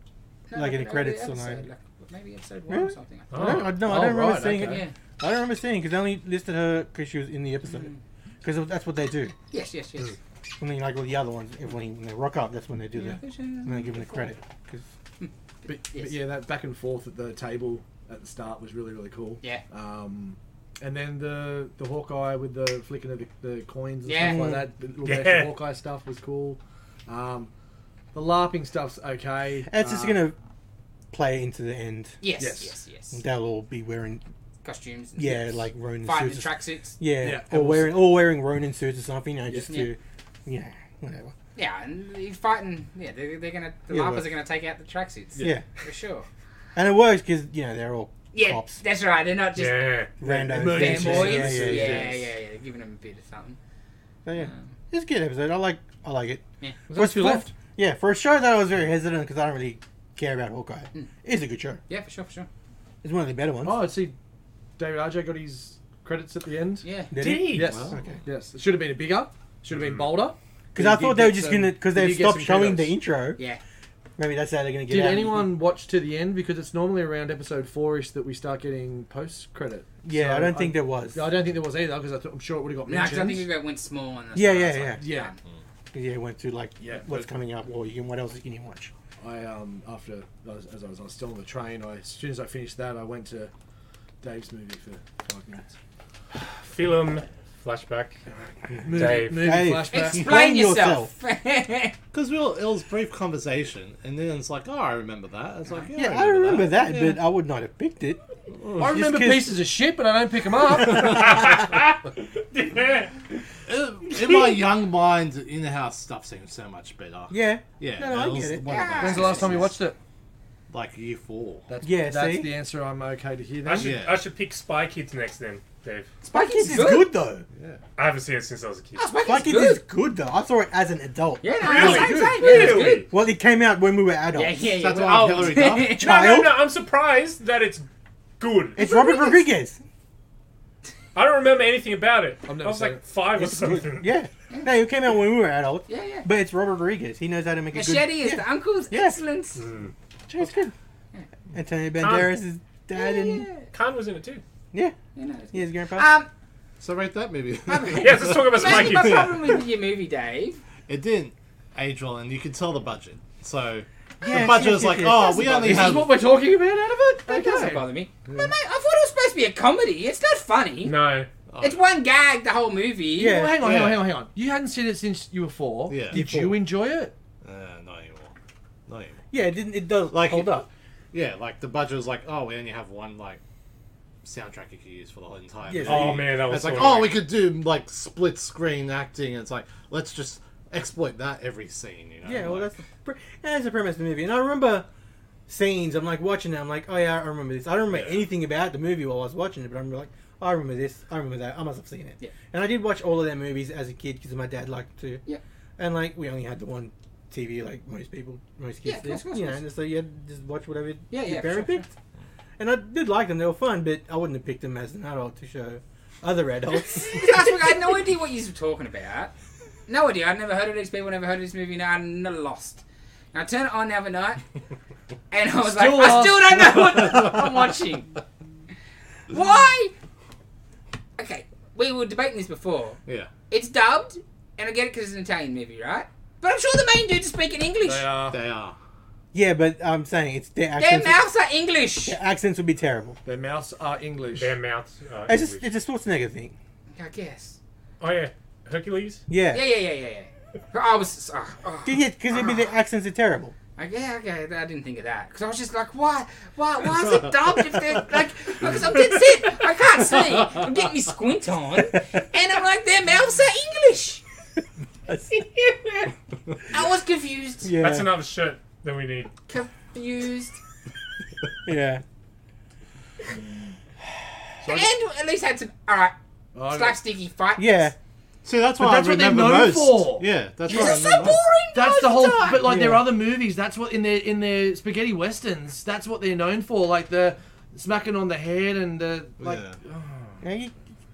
No,
Like in the
but
credits
episode,
or something.
like, maybe episode one or
Really?
something.
Oh.
I don't, I, no, I
Oh,
don't remember
right,
seeing
okay.
it.
Yeah.
I don't remember seeing because they only listed her because she was in the episode.
Mm.
Because that's what they do.
Yes, yes, yes.
I mean, like all the other ones, everyone when they rock up, that's when they do
Yeah, I
that.
think she-
And they give them the credit. 'Cause-
but,
Yes.
but yeah, that back and forth at the table at the start was really really cool.
Yeah.
Um, and then the the Hawkeye with the flicking of the, the coins and
Yeah.
stuff like that. The little
Yeah.
extra Hawkeye stuff was cool. Um, the LARPing stuff's okay.
That's
Ah.
just
Uh,
gonna play into the end.
Yes, yes,
Yes.
yes.
They'll all be wearing
Costumes. And
Mm. yeah, like Ronin
fighting
suits.
the tracksuits.
yeah,
Yeah,
or
and we'll
wearing or wearing Ronin suits or something. You know, just
Yeah.
to yeah, whatever.
Yeah, and he's fighting. Yeah, they're, they're gonna. The
Yeah,
LARPers
but-
are gonna take out the tracksuits.
Yeah.
for sure.
and it works because you know they're all
Yeah,
cops,
that's right. They're not just
yeah.
random
Emergency
fanboys. Yeah,
Yeah,
yeah,
yeah,
yeah.
yeah.
They're giving them a bit of something.
So, yeah. It's a good episode. I like I like it.
Yeah.
Was
For-
that two
for-
left?
Yeah, for a show that I was very hesitant because I don't really care about Hawkeye. It's a good show.
Yeah, for sure, for sure.
It's one of the better ones.
Oh, I see. David RJ got his credits at the end.
Yeah.
Did he?
Did he?
Yes.
Okay.
Yes. It should have been a bigger. Should have been bolder.
Because I thought they were just gonna because
they
they've stopped showing the intro.
Yeah.
Maybe that's how they're gonna get.
Did
out.
anyone watch to the end? Because it's normally around episode four-ish that we start getting post credit.
Yeah,
So
I don't think there was.
I don't think there was either because I th- I'm sure it would have got
No, 'cause
mentioned.
I think we got- went small on this.
Yeah,
one.
yeah,
It's
yeah.
like,
yeah,
Yeah, it went to like
Yeah,
what's
but-
coming up, or you can what else can you watch?
I um after as, as I was, I was still on the train. I as soon as I finished that, I went to Dave's movie for five minutes.
Film flashback.
Movie,
Dave.
movie
Dave.
flashback.
Explain
Explain
yourself.
yourself.
Because we all, it was brief conversation, and then it's like, oh, I remember that. It's like, yeah,
Yeah, I remember that,
Yeah.
but I would not have picked it.
I remember
'cause-
pieces of shit, but I don't pick them up.
Yeah.
Uh, In- in my young mind, in-house stuff seems so much better.
Yeah,
yeah.
No, no,
that
I
was
get it.
one of the-
When's the last time you watched it?
Like year four.
That's,
Yeah,
that's
see?
the answer. I'm okay to hear
I
that.
should
Yeah.
I should pick Spy Kids next then, Dave.
Spy Kids is good, though.
I haven't seen it since I was a kid.
Spy
Spike
Kids is good though. I saw it as an adult.
Yeah, no,
Really?
same, same. Yeah, it's good.
Really?
Well, it came out when we were
Yeah,
adults.
yeah, yeah.
That's
well,
why
I'll-
Hillary Duff-
No, no,
Child.
no. I'm surprised that it's good.
It's Robert Rodriguez.
I don't remember anything about it.
I've never
I was
seen
like
it.
five or
It's good.
something.
Yeah. No, it came out when we were adults.
Yeah, yeah.
But it's Robert Rodriguez. He knows how to make a good.
Machete is
yeah.
the uncle's
Yeah. Mm.
excellence.
Yeah, it's good. Antonio
Tom.
Banderas is dad, and
Yeah,
Khan was in it too.
yeah,
you know, it's
he is grandpa.
Um,
So rate that movie.
Yeah, let's talk about Spy
maybe my
Kids.
problem with your movie, Dave.
it didn't age well, and you could tell the budget. So
Yeah,
the budget
yeah,
was
yeah,
like,
yeah.
oh, we only
Is this
have.
what we're talking about out of it?
That doesn't
Okay.
bother me. But mate, I thought it was supposed to be a comedy. It's not funny.
No.
It's one gag the whole movie.
Yeah.
Well, hang on, hang on,
Yeah.
hang on, hang on. You hadn't seen it since you were four.
Yeah.
Did
Four.
you enjoy it?
Uh, not anymore. Not anymore.
yeah, it didn't. It does
Like-
hold up.
Yeah, like the budget was like, oh, we only have one like soundtrack you could use for the whole entire.
Yeah.
movie.
Oh man, that was
it's like,
so
oh,
weird.
we could do like split screen acting. It's like, let's just exploit that every scene. You know?
Yeah, well,
like,
that's the, pre- yeah, that's the premise of the movie. And I remember scenes. I'm like watching it. I'm like, oh yeah, I remember this. I don't remember
Yeah.
anything about the movie while I was watching it, but I'm like, oh, I remember this. I remember that. I must have seen it.
Yeah.
And I did watch all of their movies as a kid because my dad liked to.
Yeah.
And like we only had the one TV, like most people, most
Yeah,
kids,
of course,
did,
course,
you know.
course.
And so you had to just watch whatever
Yeah,
your
yeah,
parent
sure, sure.
picked. And I did like them. They were fun, but I wouldn't have picked them as an adult to show other adults.
Last week, I had no idea what you were talking about. No idea. I'd never heard of these people, never heard of this movie, now I'm not lost. And I turned it on the other night, and I was like,
Still
I still don't know what I'm watching. Why? Okay, we were debating this before.
yeah.
It's dubbed, and I get it because it's an Italian movie, right? But I'm sure the main dudes are speaking English.
are.
They are.
yeah, but I'm saying it's their
Their
accents.
mouths are English.
their accents would be terrible.
Their mouths are English.
Their mouths. Uh,
It's just
English.
it's a Schwarzenegger thing.
I guess.
Oh yeah, Hercules.
Yeah.
Yeah, yeah, yeah, yeah, yeah. I was. Uh, oh.
Yeah, because it'd be the accents are terrible.
Like, yeah, okay, I didn't think of that. Because I was just like, why, why, why is it dubbed if they're, like, because I'm getting sick, I can't see, I'm getting me squint on, and I'm like, their mouths are English. I was confused.
Yeah.
That's another shirt that we need.
Confused.
Yeah.
And at least had some, alright,
I don't-
slapsticky fights.
Yeah.
See, that's what
that's
I
what they're
remember
known
most.
for.
Yeah, that's what I
It's so
remember.
boring
That's
most
the
of
whole.
time.
But like their
Yeah.
other movies, that's what in their in their spaghetti westerns. That's what they're known for. Like the smacking on the head and the like.
yeah.
Yeah, you-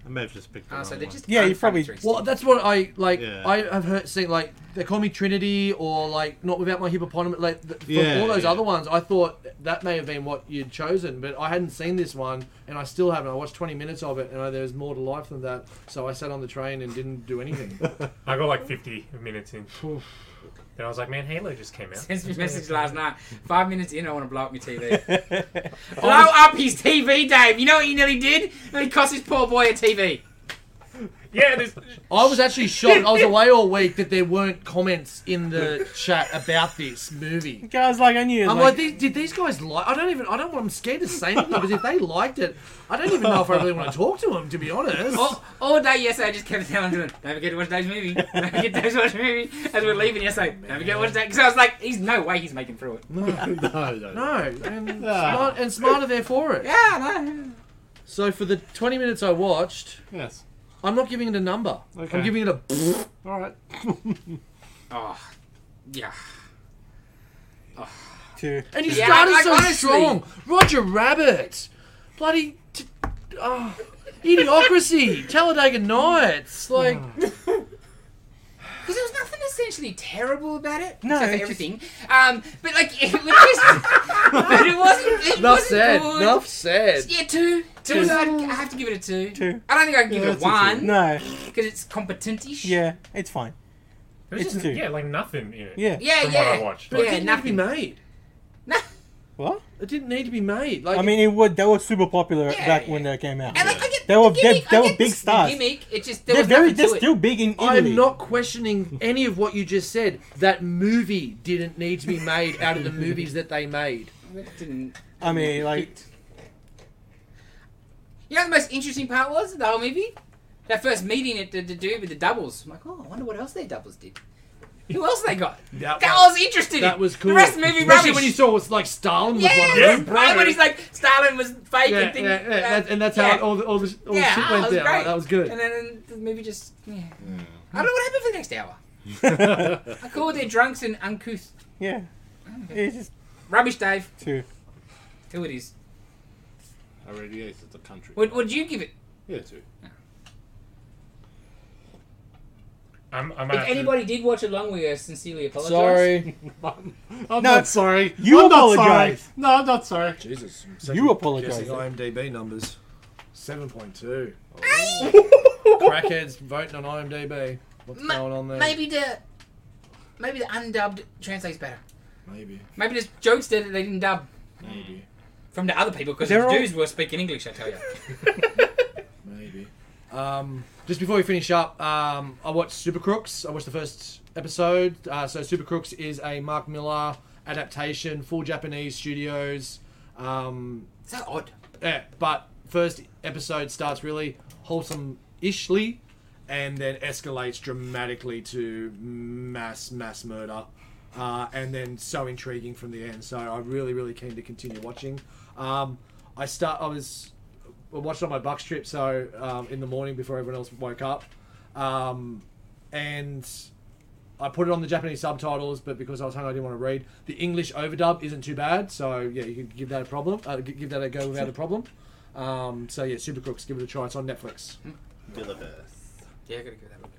I may have just picked. the
Oh, so
wrong
they're
one.
just
Yeah, you
unfunny
probably-
tricks.
Well, that's what I like.
Yeah.
I have heard seen like they call me Trinity or like not without my hippopotamus. Like th- from
Yeah,
all those
yeah.
other ones, I thought that may have been what you'd chosen, but I hadn't seen this one, and I still haven't. I watched twenty minutes of it, and I, there's more to life than that. So I sat on the train and didn't do anything.
I got like 50 minutes in.
Then I was like, man, Halo just came out.
Sends me a message last night. Five minutes in, I want to blow up my TV. blow up his TV, Dave. You know what you nearly did? Nearly cost this poor boy a TV.
Yeah, there's,
I was actually shocked. I was away all week that there weren't comments in the chat about this movie.
Guys, like I knew.
I'm
like,
like, these, did these guys like? I don't even. I don't. want- I'm scared to say anything because if they liked it, I don't even know if I really want to talk to them. To be honest.
All, all day yesterday, I just kept telling him, don't forget to watch Dave's movie. Don't forget Dave's watch movie. As we're leaving yesterday, don't forget to watch Dave. Because I was like, he's no way he's making through it.
no, no.
No, and, smart, and smarter there for it.
Yeah, no.
So for the 20 minutes I watched,
Yes.
I'm not giving it a number.
Okay.
I'm giving it a.
All right.
Oh, yeah.
too.
And you
Yeah,
started
like,
so
honestly-
strong. Roger Rabbit, bloody, t- oh, idiocracy, Talladega Nights, like.
Because there was nothing essentially terrible about it.
No,
except
it
for
just-
everything. Um, but like it was just, but it wasn't. It
Enough
wasn't
said.
Good.
Enough said.
Yeah, two. Two.
Two.
I'd, I have to give it a two.
Two.
I don't think I can give
Yeah,
it
that's
a
a
one
two.
No,
because it's competentish.
yeah, it's fine.
It was
It's
just,
two.
yeah, like nothing in it.
Yeah.
Yeah,
From
yeah.
what I watched.
But it
Yeah,
didn't
nothing.
need to be made.
No.
What?
It didn't need to be made. Like,
I mean, it was that was super popular
Yeah,
back
yeah.
when that came out.
And like I get
They were
the gimmick,
big- they
I
were
get
big
the
stars.
Gimmick. It just there
they're
was
very,
nothing
they're
to it.
still big in Italy.
I'm not questioning any of what you just said. That movie didn't need to be made out of the movies that they made.
It didn't-
I mean, like,
You know what the most interesting part was of the whole movie? That first meeting at the, the dude with the doubles. I'm like, oh, I wonder what else their doubles did. Who else they got?
That
that
was-
I was interested in.
That was cool.
The rest of the movie
Especially
rubbish.
when you saw it's like Stalin was one of
Yeah,
them.
yeah, right when he's like Stalin was fake
Yeah,
and things.
yeah, yeah, that- and that's
yeah.
how all the, all the, all
Yeah,
the shit
that
went
was
down. Like,
great.
that was good.
And then the movie just. Yeah. I don't know what happened for the next hour. I call their drunks and uncouth
yeah, it's just
rubbish, Dave.
too.
Who it is?
I radiated the country.
Would Would you give it?
Yeah, too.
I'm, I'm
Uh,
If anybody did watch along, we uh, sincerely apologise.
Sorry.
I'm, I'm
No,
not sorry.
you
I'm not
apologize.
sorry. No, I'm not sorry.
Jesus.
You apologise. guessing
IMDb numbers. 7.2. Crackheads voting on IMDb. What's
Ma-
going on there?
Maybe the maybe the undubbed translates better.
Maybe.
Maybe there's jokes there that they didn't dub
Maybe.
from the other people because
They're
the
all-
dudes were speaking English. I tell you.
Maybe. Um, just before we finish up, um, I watched Super Crooks. I watched the first episode. Uh, so Super Crooks is a Mark Miller adaptation, full Japanese studios. Um,
so odd.
yeah, Eh, but first episode starts really wholesome ishly and then escalates dramatically to mass mass murder uh, and then so intriguing from the end so i'm really really keen to continue watching um, i start i was I watched it on my bucks trip so um, in the morning before everyone else woke up um, and I put it on the Japanese subtitles, but because I was hungry, I didn't want to read. The English overdub isn't too bad, so yeah, you can give that a problem. Uh, g- give that a go without a problem. Um, so yeah, Super Crooks, give it a try. It's on Netflix.
Yeah, I gotta give that a bit.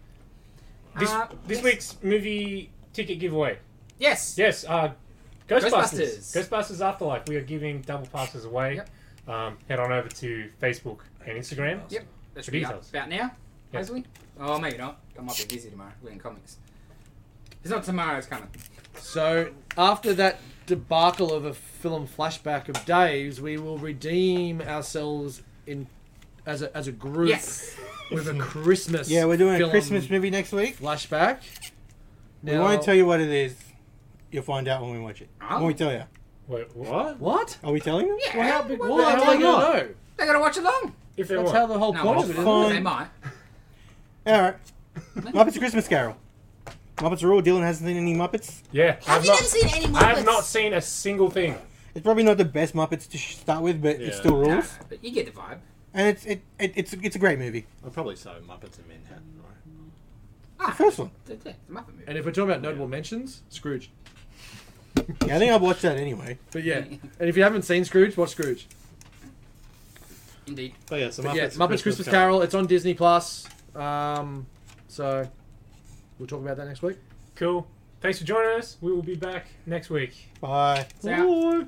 this,
Uh,
this
yes.
week's movie ticket giveaway.
Yes.
Yes, uh, Ghostbusters.
Ghostbusters.
Ghostbusters. Afterlife. We are giving double passes away.
Yep.
Um, head on over to Facebook and Instagram.
Yep. That should
For
be up
details.
about now.
Yeah.
Hopefully. Oh, maybe not. I might be busy tomorrow. We're in comics. It's not tomorrow. It's coming.
So after that debacle of a film flashback of Dave's, we will redeem ourselves in as a, as a group
Yes.
with a Christmas.
Yeah, we're doing a
film
Christmas movie next week.
flashback.
we won't tell you what it is. You'll find out when we watch it.
Oh.
When we tell you.
Wait, what?
what.
Are we telling them?
Yeah.
Well, how big?
well,
Well, how
they-
are you
not?
gonna know?
They gotta watch along.
If it
That's
was.
how the whole
No,
point
well,
of it is.
fine.
they might.
All right. Muppets A Christmas Carol. Muppets are all. Dylan hasn't seen any Muppets.
yeah.
Have
I've
you
not,
never seen any Muppets?
I have not seen a single thing.
It's probably not the best Muppets to sh- start with, but it
Yeah.
still
No, no,
rules.
but you get the vibe.
And it's it, it it's it's a great movie.
I probably saw Muppets in Manhattan, right?
The first one.
The, the, the Muppet movie.
And if we're talking about notable mentions, Scrooge.
Yeah, I think I've watched that anyway.
But yeah, and if you haven't seen Scrooge, watch Scrooge.
Indeed.
But yeah, so
But
Muppets,
yeah, Muppets Christmas, Carol. It's on Disney Plus. Um, so we'll talk about that next week.
Cool. Thanks for joining us. We will be back next week.
Bye.
So-